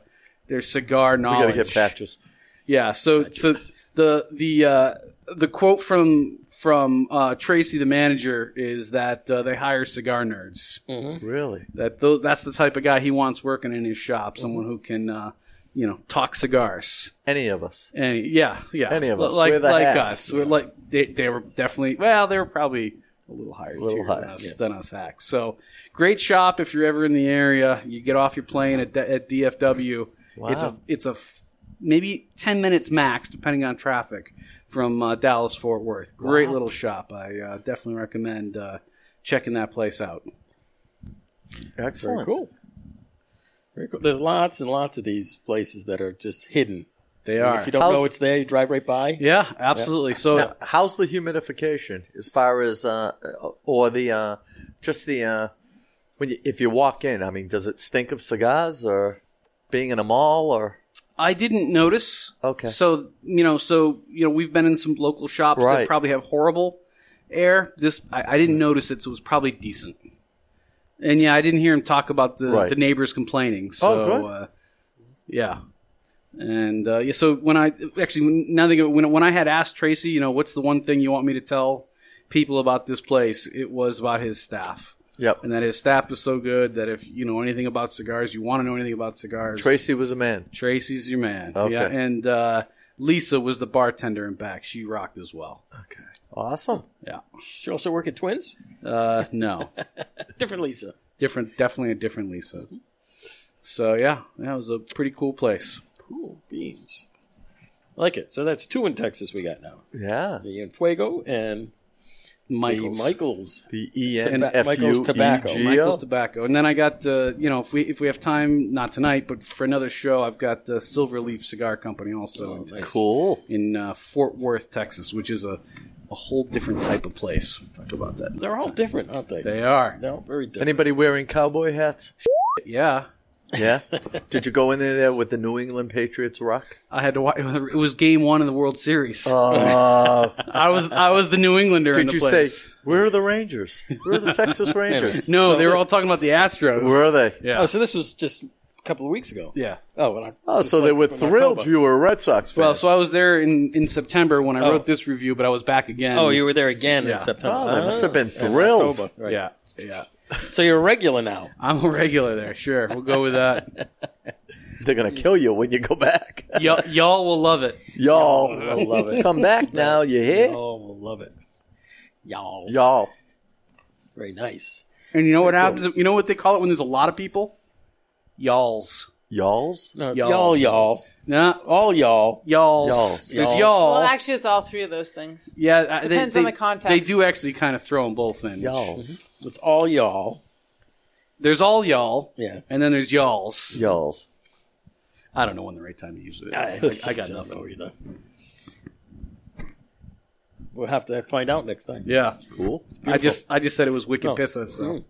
Speaker 6: their cigar
Speaker 1: We
Speaker 6: knowledge.
Speaker 1: gotta get patches.
Speaker 6: Yeah. So so the the uh, the quote from from uh, Tracy, the manager, is that uh, they hire cigar nerds.
Speaker 1: Really?
Speaker 6: That th- that's the type of guy he wants working in his shop. Someone who can. Uh, you know, talk cigars.
Speaker 1: Any of us?
Speaker 6: And yeah, yeah,
Speaker 1: Any of us.
Speaker 6: like
Speaker 1: We're the
Speaker 6: like
Speaker 1: hats.
Speaker 6: us. We're like they, they were definitely well, they were probably a little higher
Speaker 1: little
Speaker 6: tier
Speaker 1: higher,
Speaker 6: than us
Speaker 1: yeah.
Speaker 6: than us hacks. So great shop if you're ever in the area. You get off your plane at, D- at DFW. It's a
Speaker 1: Wow.
Speaker 6: it's a f- maybe ten minutes max, depending on traffic, from uh, Dallas Fort Worth. Great little shop. I uh, definitely recommend uh, checking that place out.
Speaker 1: Excellent.
Speaker 2: cool. Very cool. There's lots and lots of these places that are just hidden.
Speaker 6: They
Speaker 2: And
Speaker 6: are.
Speaker 2: If you don't know it's there, you drive right by.
Speaker 6: yeah, absolutely. So
Speaker 1: Now, how's the humidification as far as uh, or the uh, just the uh, when you, if you walk in? I mean, does it stink of cigars or being in a mall or
Speaker 6: I didn't notice.
Speaker 1: Okay.
Speaker 6: So you know, so you know, we've been in some local shops
Speaker 1: Right.
Speaker 6: that probably have horrible air. This I, I didn't notice it, so it was probably decent. And yeah, I didn't hear him talk about the,
Speaker 1: Right.
Speaker 6: the neighbors complaining. So
Speaker 1: Oh, good.
Speaker 6: Uh, yeah. And uh, yeah, so when I actually when- now that I- when when I had asked Tracy, you know, what's the one thing you want me to tell people about this place? It was about his staff,
Speaker 1: yep?
Speaker 6: and that his staff is so good that if you know anything about cigars, you want to know anything about cigars,
Speaker 1: Tracy was a man.
Speaker 6: Tracy's your man.
Speaker 1: Okay.
Speaker 6: Yeah, and uh, Lisa was the bartender in back. She rocked as well.
Speaker 1: Awesome.
Speaker 6: Yeah.
Speaker 2: She also work at Twins.
Speaker 6: Uh, no,
Speaker 2: Different Lisa.
Speaker 6: different, definitely a different Lisa. So yeah, that was a pretty cool place.
Speaker 2: Cool beans. I like it. So that's two in Texas we got now.
Speaker 1: Yeah.
Speaker 2: The Enfuego and the
Speaker 6: Michael's.
Speaker 2: Michaels.
Speaker 1: The E
Speaker 2: And
Speaker 1: N
Speaker 2: ba-
Speaker 1: F U
Speaker 2: Michael's
Speaker 1: E
Speaker 2: tobacco.
Speaker 1: G
Speaker 6: Michael's
Speaker 1: O.
Speaker 6: Tobacco, and then I got uh, you know if we if we have time not tonight but for another show I've got the Silver Leaf Cigar Company
Speaker 2: Oh,
Speaker 6: also in, Texas,
Speaker 1: Cool.
Speaker 6: in uh, Fort Worth, Texas, which is a a whole different type of place. Talk about that.
Speaker 2: They're all different, aren't they?
Speaker 6: They are.
Speaker 2: No, very different.
Speaker 1: Anybody wearing cowboy hats?
Speaker 6: Yeah.
Speaker 1: Yeah. Did you go in there with the New England Patriots rock?
Speaker 6: I had to watch. It was Game One of the World Series.
Speaker 1: Uh,
Speaker 6: I was I was the New Englander. in
Speaker 1: did
Speaker 6: the
Speaker 1: you
Speaker 6: place.
Speaker 1: say where are the Rangers? Where are the Texas Rangers?
Speaker 6: no? they were all talking about the Astros.
Speaker 1: Where are they?
Speaker 6: Yeah,
Speaker 2: Oh, so this was just a couple of weeks ago.
Speaker 6: yeah.
Speaker 2: Oh, well, I,
Speaker 1: Oh, so they were
Speaker 2: From
Speaker 1: thrilled
Speaker 2: October.
Speaker 1: you were a Red Sox fan.
Speaker 6: Well, so I was there in, in September when I
Speaker 2: Oh.
Speaker 6: wrote this review, but I was back again.
Speaker 2: Oh, you were there again
Speaker 6: Yeah.
Speaker 2: in September.
Speaker 1: oh, they must have been
Speaker 2: Ah, in
Speaker 1: thrilled.
Speaker 2: October, right.
Speaker 6: yeah, yeah.
Speaker 2: So you're a regular now.
Speaker 6: I'm a regular there. Sure, we'll go with that.
Speaker 1: They're gonna kill you when you go back.
Speaker 6: Y'all, y'all will love it.
Speaker 1: Y'all,
Speaker 2: I love it.
Speaker 1: come back now. You hear?
Speaker 2: Oh, we'll love it. Y'all.
Speaker 1: Y'all.
Speaker 2: Very nice.
Speaker 6: And you know what happens? You know what they call it when there's a lot of people? Y'alls.
Speaker 1: Y'all's?
Speaker 2: No, it's
Speaker 6: Y'alls.
Speaker 2: y'all, y'all.
Speaker 6: No,
Speaker 2: All y'all.
Speaker 6: y'alls.
Speaker 1: Y'alls.
Speaker 6: There's
Speaker 2: Y'alls.
Speaker 6: y'all.
Speaker 5: Well, actually, it's all three of those things.
Speaker 6: yeah, I- they-
Speaker 5: Depends on
Speaker 6: they-
Speaker 5: the context.
Speaker 6: They do actually kind of throw them both in.
Speaker 1: Y'all's.
Speaker 2: It's all y'all.
Speaker 6: There's all y'all,
Speaker 2: Yeah.
Speaker 6: and then there's y'alls.
Speaker 1: Y'all's.
Speaker 6: I don't know when the right time to use it. is. I, I got nothing.
Speaker 2: for you though. We'll have to find out next time.
Speaker 6: Yeah,
Speaker 1: Cool.
Speaker 6: I just I just said it was wicked
Speaker 2: Oh.
Speaker 6: pissa. So
Speaker 2: Mm.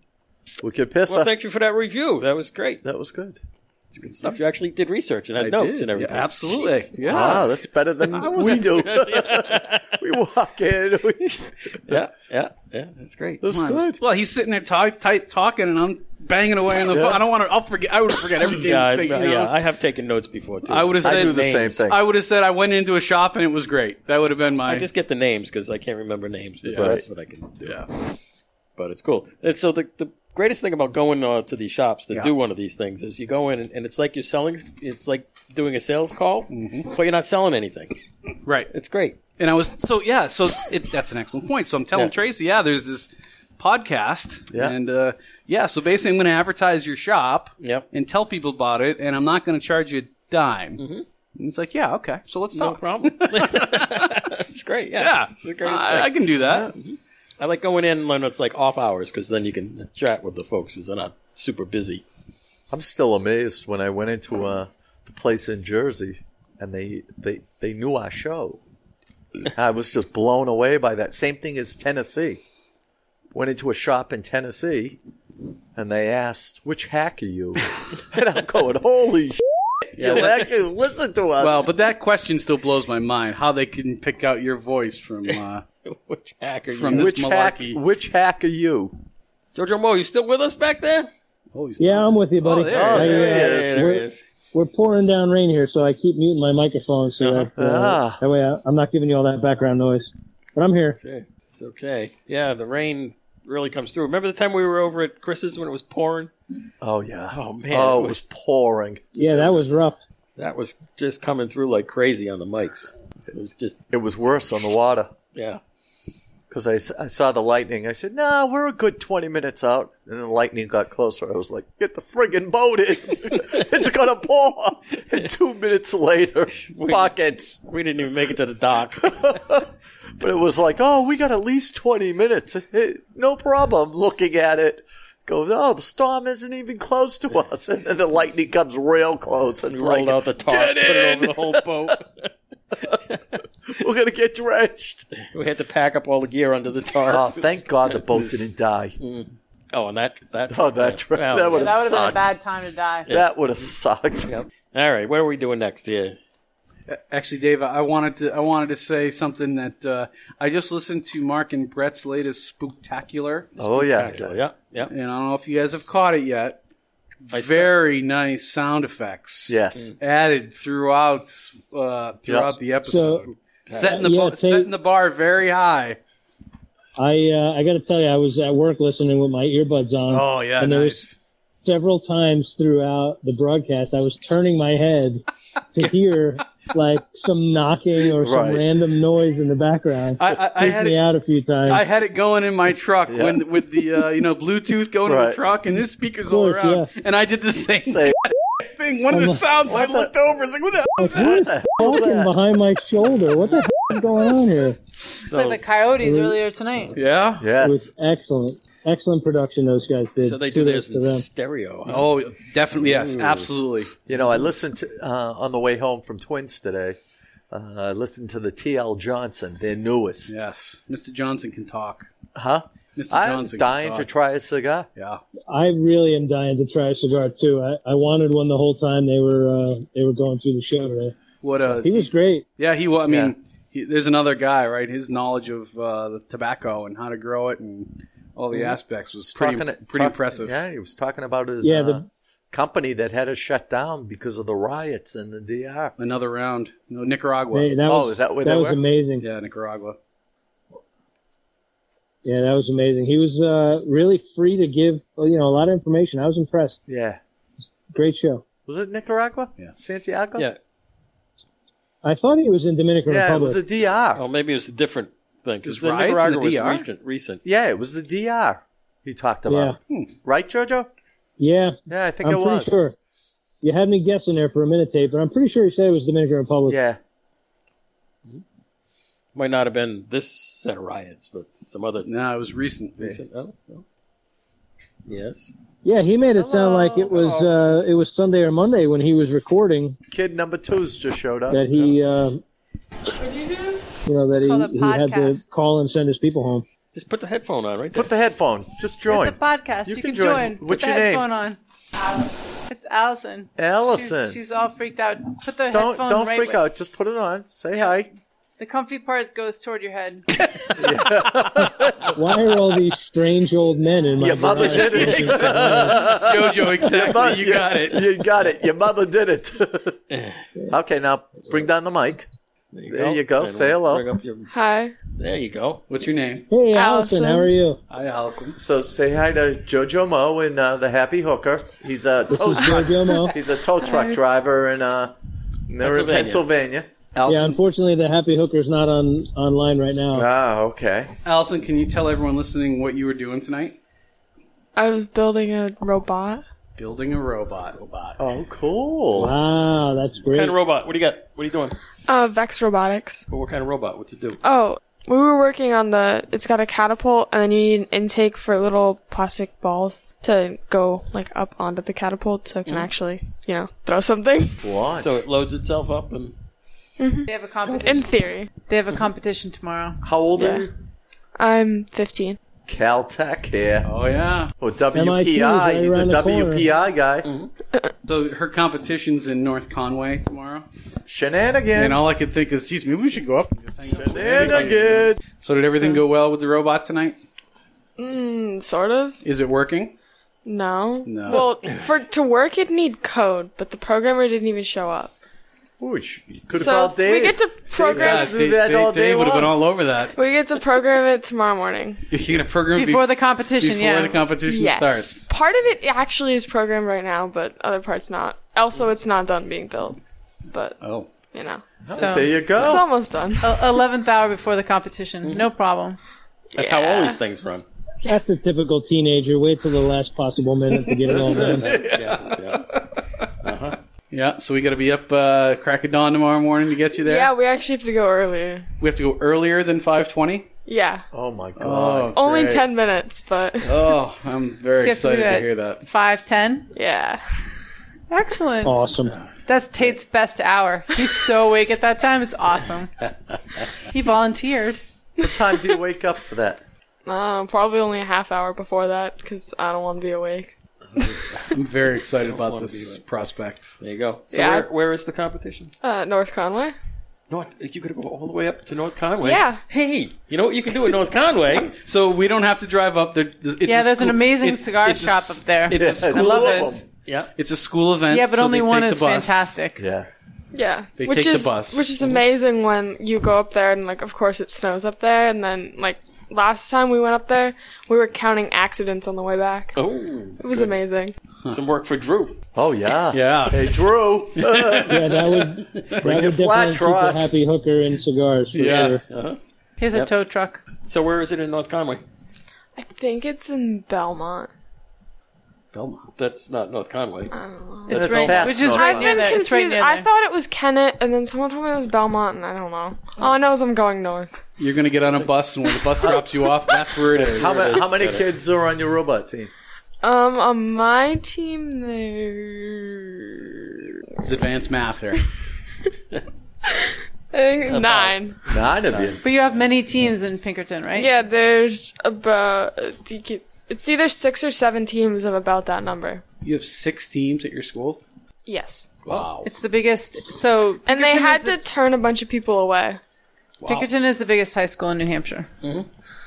Speaker 1: We could piss
Speaker 2: Well,
Speaker 1: up.
Speaker 2: thank you for that review. That was great.
Speaker 1: That was good.
Speaker 2: It's good stuff. You actually did research and had
Speaker 6: I
Speaker 2: notes
Speaker 6: did.
Speaker 2: and everything.
Speaker 6: Yeah, absolutely.
Speaker 2: Jeez.
Speaker 6: Yeah.
Speaker 1: Wow, that's better
Speaker 6: I
Speaker 1: than we
Speaker 6: wasn't-
Speaker 1: do. we walk in. We,
Speaker 2: Yeah, yeah, yeah. That's great.
Speaker 1: that's
Speaker 6: Come on,
Speaker 1: good.
Speaker 6: just- Well, he's sitting there tight, tight, talking, and I'm banging away on the
Speaker 1: Yeah.
Speaker 6: phone. I don't want to. I'll forget. I would forget everything.
Speaker 2: Yeah, I,
Speaker 6: thing, you know?
Speaker 2: yeah. I have taken notes before too.
Speaker 6: I would have
Speaker 1: I
Speaker 6: said
Speaker 1: do the same
Speaker 2: names.
Speaker 1: thing.
Speaker 6: I would have said I went into a shop and it was great. That would have been my.
Speaker 2: I just get the names because I can't remember names, but
Speaker 1: Yeah.
Speaker 2: that's what I can do.
Speaker 6: yeah.
Speaker 2: But it's cool. And so the, the greatest thing about going uh, to these shops that
Speaker 6: Yeah.
Speaker 2: do one of these things is you go in and, and it's like you're selling. It's like doing a sales call,
Speaker 6: Mm-hmm.
Speaker 2: but you're not selling anything.
Speaker 6: Right.
Speaker 2: It's great.
Speaker 6: And I was so yeah. So it, that's an excellent point. So I'm telling
Speaker 2: Yeah.
Speaker 6: Tracy, yeah, there's this podcast,
Speaker 1: Yeah.
Speaker 6: and uh, yeah. So basically, I'm going to advertise your shop,
Speaker 2: Yep.
Speaker 6: and tell people about it, and I'm not going to charge you a dime. And it's like, yeah, okay. So let's
Speaker 2: Mm-hmm. No
Speaker 6: talk.
Speaker 2: problem. it's great. Yeah,
Speaker 6: Yeah,
Speaker 2: It's the greatest
Speaker 6: I, I
Speaker 2: thing.
Speaker 6: can do that.
Speaker 2: I like going in when it's like off hours because then you can chat with the folks because they're not super busy.
Speaker 1: I'm still amazed when I went into uh, the place in Jersey and they, they, they knew our show. I was just blown away by that. Same thing as Tennessee. Went into a shop in Tennessee and they asked, Which hack are you? and I'm going, Holy shit, You'll actually listen to us.
Speaker 6: Well, but that question still blows my mind. How they can pick out your voice from uh,
Speaker 2: Which hacker? you?
Speaker 6: from this
Speaker 1: which hack?
Speaker 6: malarkey?
Speaker 1: Which hack are you?
Speaker 2: Jojo Mo, you still with us back there?
Speaker 6: Holy s-
Speaker 3: Yeah, I'm with you, buddy.
Speaker 6: there it
Speaker 1: is.
Speaker 3: I, uh,
Speaker 1: Oh, There it is.
Speaker 2: there
Speaker 3: We're,
Speaker 2: he is.
Speaker 3: we're pouring down rain here, so I keep muting my microphone so that, uh,
Speaker 1: Ah.
Speaker 3: that way I, I'm not giving you all that background noise. But I'm here.
Speaker 2: Okay. It's okay. Yeah, the rain really comes through. Remember the time we were over at Chris's when it was pouring?
Speaker 1: Oh yeah.
Speaker 2: Oh, man,
Speaker 1: Oh,
Speaker 2: it
Speaker 1: it was pouring.
Speaker 3: Yeah, that was rough.
Speaker 2: That was just coming through like crazy on the mics. It was just
Speaker 1: It was worse on the water
Speaker 2: yeah.
Speaker 1: because I, s- I saw the lightning. I said, "No, we're a good twenty minutes out." And the lightning got closer. I was like, "Get the friggin' boat in! it's gonna pour!" And two minutes later, pockets.
Speaker 2: We didn't even make it to the dock.
Speaker 1: But it was like, "Oh, we got at least twenty minutes. Hey, no problem." Looking at it. Go, oh, the storm isn't even close to us. And then the lightning comes real close. And
Speaker 2: we
Speaker 1: it's
Speaker 2: rolled
Speaker 1: like,
Speaker 2: out the tarp,
Speaker 1: "Get
Speaker 2: put it
Speaker 1: in!
Speaker 2: over the whole boat.
Speaker 1: We're going to get drenched.
Speaker 2: we had to pack up all the gear under the tarp.
Speaker 1: Oh, thank God the boat didn't die.
Speaker 2: Oh, and that that.
Speaker 1: Oh, that trip.
Speaker 2: Well,
Speaker 1: that would
Speaker 5: That
Speaker 1: have
Speaker 5: would have been a
Speaker 1: sucked.
Speaker 5: bad time to die.
Speaker 1: That would have sucked.
Speaker 2: All right, what are we doing next? Yeah,
Speaker 6: Actually, Dave, I wanted to I wanted to say something that uh, I just listened to Mark and Brett's latest Spooktacular.
Speaker 1: Oh yeah.
Speaker 2: yeah, yeah.
Speaker 6: And I don't know if you guys have caught it yet.
Speaker 2: I
Speaker 6: Very nice sound effects.
Speaker 1: Yes.
Speaker 2: Mm.
Speaker 6: added throughout uh, throughout the episode, setting the
Speaker 3: Yeah,
Speaker 6: bar,
Speaker 3: take-
Speaker 6: setting the bar very high.
Speaker 3: I uh, I got to tell you, I was at work listening with my earbuds on.
Speaker 6: Oh.
Speaker 3: and there was several times throughout the broadcast, I was turning my head to hear like some knocking or some
Speaker 1: Right.
Speaker 3: random noise in the background.
Speaker 6: I, I, I
Speaker 3: Freaked
Speaker 6: had
Speaker 3: me
Speaker 6: it.
Speaker 3: out a few times.
Speaker 6: I had it going in my truck
Speaker 1: Yeah.
Speaker 6: when, with the uh, you know Bluetooth going in the
Speaker 1: Right.
Speaker 6: truck and this speakers all
Speaker 3: course,
Speaker 6: around, and I did the same
Speaker 1: Say,
Speaker 6: thing. One of the
Speaker 3: What
Speaker 6: sounds I looked over, I was like, "What the hell is
Speaker 3: What
Speaker 6: that?"
Speaker 3: is smoking behind my shoulder? What the hell is going on here?
Speaker 5: It's like the coyotes earlier tonight.
Speaker 6: Yeah.
Speaker 3: It
Speaker 1: yes.
Speaker 3: was excellent. Excellent production those guys did.
Speaker 2: So they
Speaker 3: Two
Speaker 2: do
Speaker 3: minutes
Speaker 2: this
Speaker 3: to
Speaker 2: in
Speaker 3: them.
Speaker 2: stereo. huh?
Speaker 6: Oh, definitely yes, absolutely.
Speaker 1: You know, I listened to uh, on the way home from Twins today. Uh, I listened to the TL Johnson, their newest.
Speaker 6: Yes, Mr. Johnson can talk.
Speaker 1: Huh?
Speaker 6: Mr.
Speaker 1: I'm
Speaker 6: Johnson
Speaker 1: dying
Speaker 6: can
Speaker 1: to
Speaker 6: talk.
Speaker 1: try a cigar.
Speaker 6: Yeah.
Speaker 3: I really am dying to try a cigar too. I, I wanted one the whole time they were uh, they were going through the show today.
Speaker 6: What a
Speaker 3: He was great.
Speaker 6: Yeah, he. wa- I mean,
Speaker 1: Yeah.
Speaker 6: he, there's another guy, right? His knowledge of uh, the tobacco and how to grow it and all the aspects was pretty,
Speaker 1: Mm-hmm. Talking-
Speaker 6: pretty
Speaker 1: talk-
Speaker 6: impressive.
Speaker 1: Yeah, he was talking about his
Speaker 3: Yeah,
Speaker 1: uh,
Speaker 3: the-
Speaker 1: company that had to shut down because of the riots in the DR.
Speaker 6: Another round, no Nicaragua.
Speaker 3: They- that
Speaker 1: Oh,
Speaker 3: was,
Speaker 1: is that where
Speaker 3: that
Speaker 1: they
Speaker 3: was
Speaker 1: were?
Speaker 3: amazing.
Speaker 6: yeah, Nicaragua.
Speaker 3: Yeah, that was amazing. He was uh, really free to give, you know, a lot of information. I was impressed.
Speaker 1: Yeah.
Speaker 3: Great show.
Speaker 1: Was it Nicaragua?
Speaker 6: Yeah.
Speaker 1: Santiago?
Speaker 2: yeah.
Speaker 3: I thought he was in Dominican
Speaker 1: Yeah, it
Speaker 3: Republic.
Speaker 1: was the DR.
Speaker 2: Oh, maybe it was a different thing because
Speaker 6: Is
Speaker 2: the
Speaker 6: riots in the
Speaker 2: Nicaragua was
Speaker 6: DR?
Speaker 2: recent. recent.
Speaker 1: Yeah, it was the DR he talked about. Right, Jojo?
Speaker 3: yeah,
Speaker 1: Yeah, I think
Speaker 3: I'm
Speaker 1: it
Speaker 3: pretty
Speaker 1: was.
Speaker 3: sure. You had me guessing there for a minute, Tate, but I'm pretty sure he said it was Dominican Republic.
Speaker 1: Yeah.
Speaker 2: Might not have been this set of riots, but some other.
Speaker 6: No, it was recent.
Speaker 2: recent- Oh, oh. Yes.
Speaker 3: Yeah, he made it sound like it was uh, it was Sunday or Monday when he was recording
Speaker 1: Kid number two's just showed up.
Speaker 3: that he um you know that
Speaker 5: called a
Speaker 3: he, he had to
Speaker 5: podcast.
Speaker 3: call and send his people home.
Speaker 2: Just put the headphone on right there.
Speaker 1: Put the headphone. Just
Speaker 5: It's
Speaker 1: join.
Speaker 5: a podcast.
Speaker 1: You
Speaker 5: You,
Speaker 1: can
Speaker 5: can,
Speaker 1: join.
Speaker 5: join.
Speaker 1: What's
Speaker 5: Put the
Speaker 1: your name?
Speaker 5: headphone on. It's Allison.
Speaker 1: Allison.
Speaker 5: She's, she's all freaked out. Put the
Speaker 1: don't
Speaker 5: headphone
Speaker 1: don't
Speaker 5: right
Speaker 1: freak
Speaker 5: with-
Speaker 1: out. Just put it on. Say hi.
Speaker 5: The comfy part goes toward your head.
Speaker 3: Why are all these strange old men in my
Speaker 1: Your mother
Speaker 3: garage?
Speaker 1: did it.
Speaker 6: Jojo, exactly. You got it.
Speaker 1: You got it. Your mother did it. okay, now bring down the mic.
Speaker 2: There
Speaker 1: There you go.
Speaker 2: And
Speaker 1: Say hello.
Speaker 2: bring up your-
Speaker 8: Hi.
Speaker 2: There you go.
Speaker 6: What's your name?
Speaker 3: Hey, Allison,
Speaker 8: Allison.
Speaker 3: how are you?
Speaker 6: Hi, Allison.
Speaker 1: So say hi to Jojo Mo and uh, the Happy Hooker. He's a tow truck.
Speaker 3: Jojo Mo.
Speaker 1: He's a tow truck driver in uh, and they're in Pennsylvania.
Speaker 3: Yeah,
Speaker 6: Allison,
Speaker 3: unfortunately, the Happy Hooker's not on online right now.
Speaker 1: Ah, okay.
Speaker 6: Allison, can you tell everyone listening what you were doing tonight?
Speaker 8: I was building a robot.
Speaker 6: Building a robot. Robot.
Speaker 1: Oh, cool.
Speaker 3: Wow, Ah, that's
Speaker 2: What
Speaker 3: great.
Speaker 2: kind of robot? What do you got? What are you doing?
Speaker 8: Uh, Vex Robotics.
Speaker 2: Well, what kind of robot? What you do?
Speaker 8: Oh, we were working on the. It's got a catapult, and then you need an intake for little plastic balls to go like up onto the catapult, so it can
Speaker 1: Mm.
Speaker 8: actually, you know, throw something.
Speaker 1: Launch.
Speaker 2: So it loads itself up and
Speaker 5: They have a competition.
Speaker 8: In theory,
Speaker 5: They have a competition tomorrow.
Speaker 1: How old
Speaker 8: Yeah.
Speaker 1: are you?
Speaker 8: I'm 15.
Speaker 1: Caltech here.
Speaker 6: Oh yeah.
Speaker 1: Or
Speaker 3: MIT is right
Speaker 1: WPI. He's a
Speaker 3: around the corner.
Speaker 1: WPI guy.
Speaker 6: So her competition's in North Conway tomorrow,
Speaker 1: Shenanigans.
Speaker 6: and all I could think is, geez, maybe we should go up and just hang out. with everybody.
Speaker 1: Shenanigans.
Speaker 6: So did everything go well with the robot tonight?
Speaker 8: Mm, sort of.
Speaker 6: Is it working?
Speaker 8: No.
Speaker 6: No.
Speaker 8: Well, for to work, it'd need code, but the programmer didn't even show up.
Speaker 1: Ooh, sh- you could have
Speaker 8: So
Speaker 1: called Dave.
Speaker 8: we get to program.
Speaker 1: Dave- do that all day
Speaker 6: Dave would have
Speaker 1: long.
Speaker 6: been all over that.
Speaker 8: We get to program it tomorrow morning.
Speaker 6: You're gonna program it
Speaker 5: Before
Speaker 6: bef-
Speaker 5: the competition,
Speaker 6: before
Speaker 5: yeah.
Speaker 6: the competition
Speaker 8: yes.
Speaker 6: starts.
Speaker 8: Part of it actually is programmed right now, but other parts not. Also, it's not done being built, but
Speaker 6: Oh,
Speaker 8: you know,
Speaker 1: There
Speaker 5: so,
Speaker 1: you go.
Speaker 8: it's almost done.
Speaker 2: Oh.
Speaker 5: Uh, eleventh hour before the
Speaker 6: Mm-hmm.
Speaker 5: competition, no problem.
Speaker 2: That's how all these things run.
Speaker 3: That's a typical teenager. Wait till the last possible minute to get it all done.
Speaker 2: Yeah, yeah.
Speaker 6: yeah. So we got to be up uh, crack of dawn tomorrow morning to get you there.
Speaker 8: Yeah, we actually have to go earlier.
Speaker 6: We have to go earlier than five twenty.
Speaker 8: Yeah,
Speaker 1: oh my god.
Speaker 8: only
Speaker 6: great.
Speaker 8: ten minutes, but
Speaker 6: Oh, I'm very
Speaker 5: So you have to do
Speaker 6: excited to
Speaker 5: that.
Speaker 6: hear that.
Speaker 5: Five ten,
Speaker 8: yeah.
Speaker 5: excellent.
Speaker 6: Oh.
Speaker 3: Awesome.
Speaker 5: That's Tate's best hour. He's so awake at that time. It's awesome. he volunteered.
Speaker 1: What time do you wake up for that?
Speaker 8: Uh, probably only a half hour before that because I don't want to be awake.
Speaker 6: I'm very excited about this prospect.
Speaker 2: There you go. So
Speaker 8: Yeah.
Speaker 2: where, where is the competition?
Speaker 8: Uh, North Conway.
Speaker 2: North. You could go all the way up to North Conway.
Speaker 8: Yeah.
Speaker 2: Hey, you know what you can do in North Conway?
Speaker 6: So we don't have to drive up there. It's
Speaker 5: Yeah,
Speaker 6: a
Speaker 5: there's an
Speaker 6: school-
Speaker 5: amazing cigar
Speaker 6: it's a
Speaker 5: shop
Speaker 6: s-
Speaker 5: up there.
Speaker 6: It's a school
Speaker 5: I love
Speaker 6: event.
Speaker 5: it.
Speaker 2: yeah.
Speaker 6: It's a school event.
Speaker 5: Yeah, but
Speaker 6: so
Speaker 5: only
Speaker 6: they
Speaker 5: one
Speaker 6: take the
Speaker 5: is
Speaker 6: bus.
Speaker 5: fantastic.
Speaker 1: Yeah.
Speaker 8: Yeah,
Speaker 6: They
Speaker 8: which
Speaker 6: take the
Speaker 8: is
Speaker 6: bus.
Speaker 8: which is amazing when you go up there and like of course it snows up there and then like last time we went up there we were counting accidents on the way back.
Speaker 2: Oh,
Speaker 8: It was amazing.
Speaker 2: some work for Drew.
Speaker 1: Oh yeah.
Speaker 6: Yeah.
Speaker 1: Hey Drew.
Speaker 3: Yeah, that would that would
Speaker 1: your
Speaker 3: definitely
Speaker 1: flat
Speaker 3: keep a
Speaker 1: truck.
Speaker 3: happy hooker in cigars for
Speaker 6: Yeah.
Speaker 3: sure.
Speaker 5: He has a tow truck.
Speaker 2: Uh-huh. So where is it in North Conway?
Speaker 8: I think it's in Belmont.
Speaker 6: Belmont.
Speaker 2: That's not North Conway.
Speaker 5: It's
Speaker 1: It's
Speaker 5: right,
Speaker 1: past
Speaker 5: which is
Speaker 1: North
Speaker 5: right
Speaker 8: I've
Speaker 5: near
Speaker 8: been
Speaker 5: there. It's
Speaker 8: confused.
Speaker 5: right near
Speaker 8: I
Speaker 5: there.
Speaker 8: thought it was Kennett, and then someone told me it was Belmont, and I don't know. All I know is I'm going north.
Speaker 6: You're gonna get on a bus, and when the bus drops you off, that's where it is.
Speaker 1: How, ma- how many kids are on your robot team?
Speaker 8: Um, on my team, there.
Speaker 6: It's advanced math here.
Speaker 8: I think uh, nine.
Speaker 1: Nine of you.
Speaker 5: but you have many teams in Pinkerton, right?
Speaker 8: Yeah, there's about. I think it's it's either six or seven teams of about that number.
Speaker 6: You have six teams at your school.
Speaker 8: Yes.
Speaker 6: Wow.
Speaker 5: It's the biggest. So
Speaker 8: And they
Speaker 5: Pinkerton
Speaker 8: had
Speaker 5: is the-
Speaker 8: to turn a bunch of people away.
Speaker 5: Pinkerton is the biggest high school in New Hampshire.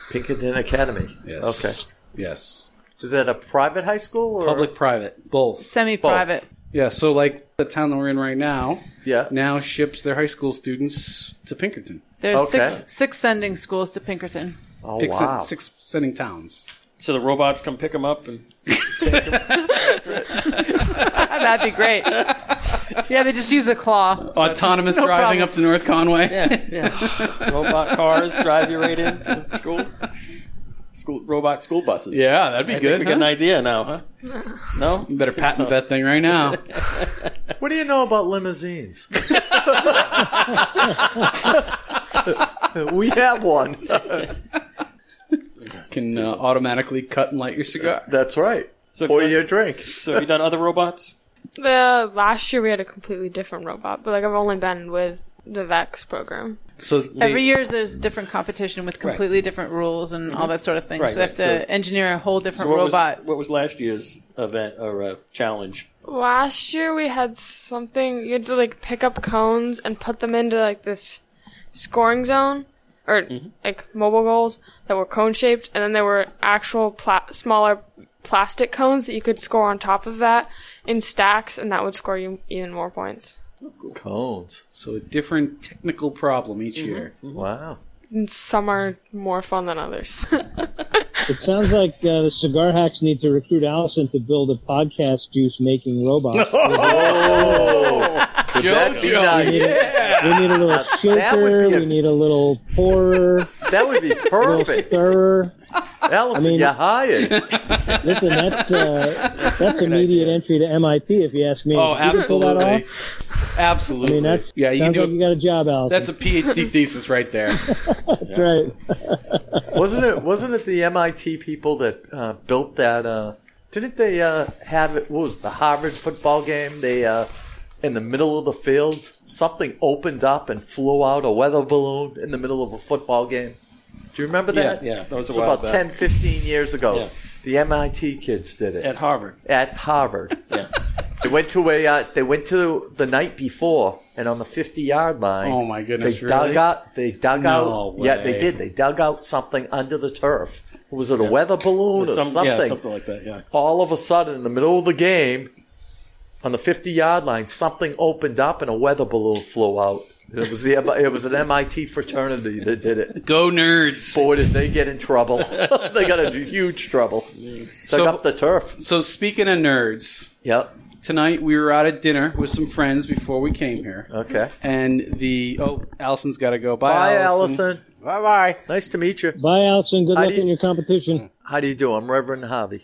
Speaker 1: Pinkerton Academy.
Speaker 6: Yes.
Speaker 1: Okay.
Speaker 6: Yes.
Speaker 1: Is that a private high school or
Speaker 6: Public, private, both.
Speaker 5: Semi-private.
Speaker 6: Yeah. So like the town that we're in right now
Speaker 1: Yeah.
Speaker 6: now ships their high school students to Pinkerton.
Speaker 5: There's
Speaker 1: Okay.
Speaker 5: six six sending schools to Pinkerton.
Speaker 1: oh
Speaker 6: Pick
Speaker 1: wow.
Speaker 6: six sending towns.
Speaker 2: So the robots come pick them up and
Speaker 5: That'd be great. yeah, they just use the claw.
Speaker 6: Autonomous driving
Speaker 5: problem.
Speaker 6: up to North Conway.
Speaker 2: yeah, yeah. robot cars drive you right into school. School robot school buses.
Speaker 6: Yeah, that'd be
Speaker 2: I
Speaker 6: good.
Speaker 2: think we got an
Speaker 6: huh?
Speaker 2: idea now, huh? No.
Speaker 6: You better patent that thing right now.
Speaker 1: What do you know about limousines? we have one.
Speaker 6: Can uh, automatically cut and light your cigar.
Speaker 1: That's right.
Speaker 2: So,
Speaker 1: Pour you a drink.
Speaker 2: so have you done other robots?
Speaker 8: The last year we had a completely different robot, but like I've only been with the Vex program.
Speaker 6: So they,
Speaker 5: Every year there's a different competition with completely different rules and
Speaker 6: Mm-hmm.
Speaker 5: all that sort of thing.
Speaker 2: Right,
Speaker 5: so they have to
Speaker 2: right. So-
Speaker 5: engineer a whole different
Speaker 2: What was-
Speaker 5: robot.
Speaker 2: what Was, last year's event or uh, challenge?
Speaker 8: Last year we had something you had to like pick up cones and put them into like this scoring zone or like mobile goals that were cone shaped, and then there were actual pla- smaller plastic cones that you could score on top of that in stacks, and that would score you even more points.
Speaker 1: Cones.
Speaker 6: so a different technical problem
Speaker 2: Mm-hmm.
Speaker 6: each year.
Speaker 1: Wow.
Speaker 8: And some are more fun than others.
Speaker 3: It sounds like uh, the cigar hacks need to recruit Allison to build a podcast juice making robot.
Speaker 1: Would that be
Speaker 6: Jojo.
Speaker 1: nice?
Speaker 3: We need a little
Speaker 1: would
Speaker 3: shaker.
Speaker 1: be a-
Speaker 3: We need a little pourer,
Speaker 1: That would be perfect.
Speaker 3: stirrer.
Speaker 1: Allison,
Speaker 3: I mean-
Speaker 1: you're hired.
Speaker 3: Listen, that's uh, that's immediate entry to MIT if you ask me.
Speaker 6: Oh,
Speaker 3: You can pull that
Speaker 6: absolutely,
Speaker 3: off. I
Speaker 6: absolutely.
Speaker 3: mean, that's
Speaker 6: yeah, you can
Speaker 3: sounds
Speaker 6: do.
Speaker 3: like
Speaker 6: a-
Speaker 3: you got a job, Allison.
Speaker 6: that's a PhD thesis right there.
Speaker 3: That's right.
Speaker 1: Wasn't it? Wasn't it the MIT people that uh, built that? Uh, didn't they uh, have it? What was the Harvard football game? They uh, in the middle of the field, something opened up and flew out a weather balloon in the middle of a football game. Do you remember that?
Speaker 2: yeah, that was a
Speaker 1: It was
Speaker 2: while
Speaker 1: about
Speaker 2: back.
Speaker 1: 10, 15 years ago.
Speaker 2: Yeah.
Speaker 1: The MIT kids did it
Speaker 2: at Harvard.
Speaker 1: at Harvard.
Speaker 2: Yeah.
Speaker 1: They went to a. Uh, they went to the night before, and on the fifty-yard line.
Speaker 6: Oh, my goodness,
Speaker 1: They
Speaker 6: really?
Speaker 1: dug out. They dug
Speaker 2: No
Speaker 1: out. Yeah,
Speaker 2: way.
Speaker 1: they did. They dug out something under the turf. Was it a weather balloon or
Speaker 2: Some-
Speaker 1: something?
Speaker 2: Yeah, something like that. Yeah.
Speaker 1: All of a sudden, in the middle of the game, on the fifty-yard line, something opened up and a weather balloon flew out. It was the. It was an MIT fraternity that did it.
Speaker 6: Go nerds.
Speaker 1: Boy, did they get in trouble! they got in huge trouble. Dug
Speaker 6: So-
Speaker 1: up the turf.
Speaker 6: So speaking of nerds,
Speaker 1: Yep.
Speaker 6: tonight we were out at dinner with some friends before we came here,
Speaker 1: Okay.
Speaker 6: and the oh, Allison's got to go. Bye,
Speaker 1: Bye, Allison.
Speaker 4: Bye bye.
Speaker 1: Nice to meet you.
Speaker 3: Bye, Allison. Good
Speaker 1: I
Speaker 3: luck
Speaker 1: did-
Speaker 3: in your competition.
Speaker 1: How do you do? I'm Reverend Javi.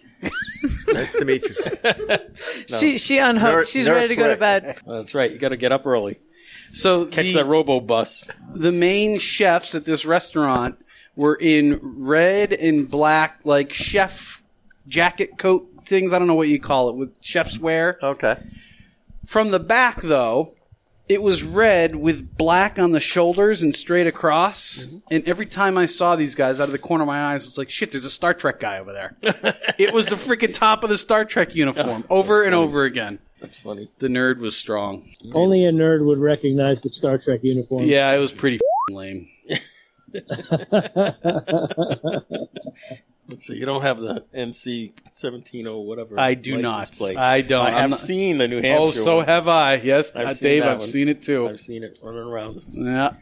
Speaker 1: nice to meet you.
Speaker 5: She she unhooked.
Speaker 1: Ner-
Speaker 5: She's ready to go to
Speaker 1: nurse Rick.
Speaker 5: bed.
Speaker 2: Well, that's right. You got to get up early.
Speaker 6: So
Speaker 2: Catch
Speaker 6: the,
Speaker 2: that robo bus.
Speaker 6: the main chefs at this restaurant were in red and black, like chef jacket coat things. I don't know what you call it with chef's wear.
Speaker 1: Okay.
Speaker 6: From the back, though, it was red with black on the shoulders and straight across.
Speaker 1: Mm-hmm.
Speaker 6: And every time I saw these guys out of the corner of my eyes, it's like, shit, there's a Star Trek guy over there. it was the freaking top of the Star Trek uniform over and over again.
Speaker 2: That's funny.
Speaker 6: The nerd was strong.
Speaker 3: Only a nerd would recognize the Star Trek uniform.
Speaker 6: Yeah, it was pretty f***ing lame.
Speaker 2: Let's see. You don't have the MC seventeen oh whatever.
Speaker 6: I do
Speaker 2: license
Speaker 6: not.
Speaker 2: Plate.
Speaker 6: I don't.
Speaker 2: I
Speaker 6: I'm
Speaker 2: have
Speaker 6: not-
Speaker 2: seen the New Hampshire.
Speaker 6: Oh, so
Speaker 2: one.
Speaker 6: have I. Yes,
Speaker 2: I've
Speaker 6: uh,
Speaker 2: seen
Speaker 6: Dave,
Speaker 2: that
Speaker 6: I've
Speaker 2: one.
Speaker 6: seen it too.
Speaker 2: I've seen it running around
Speaker 6: yeah.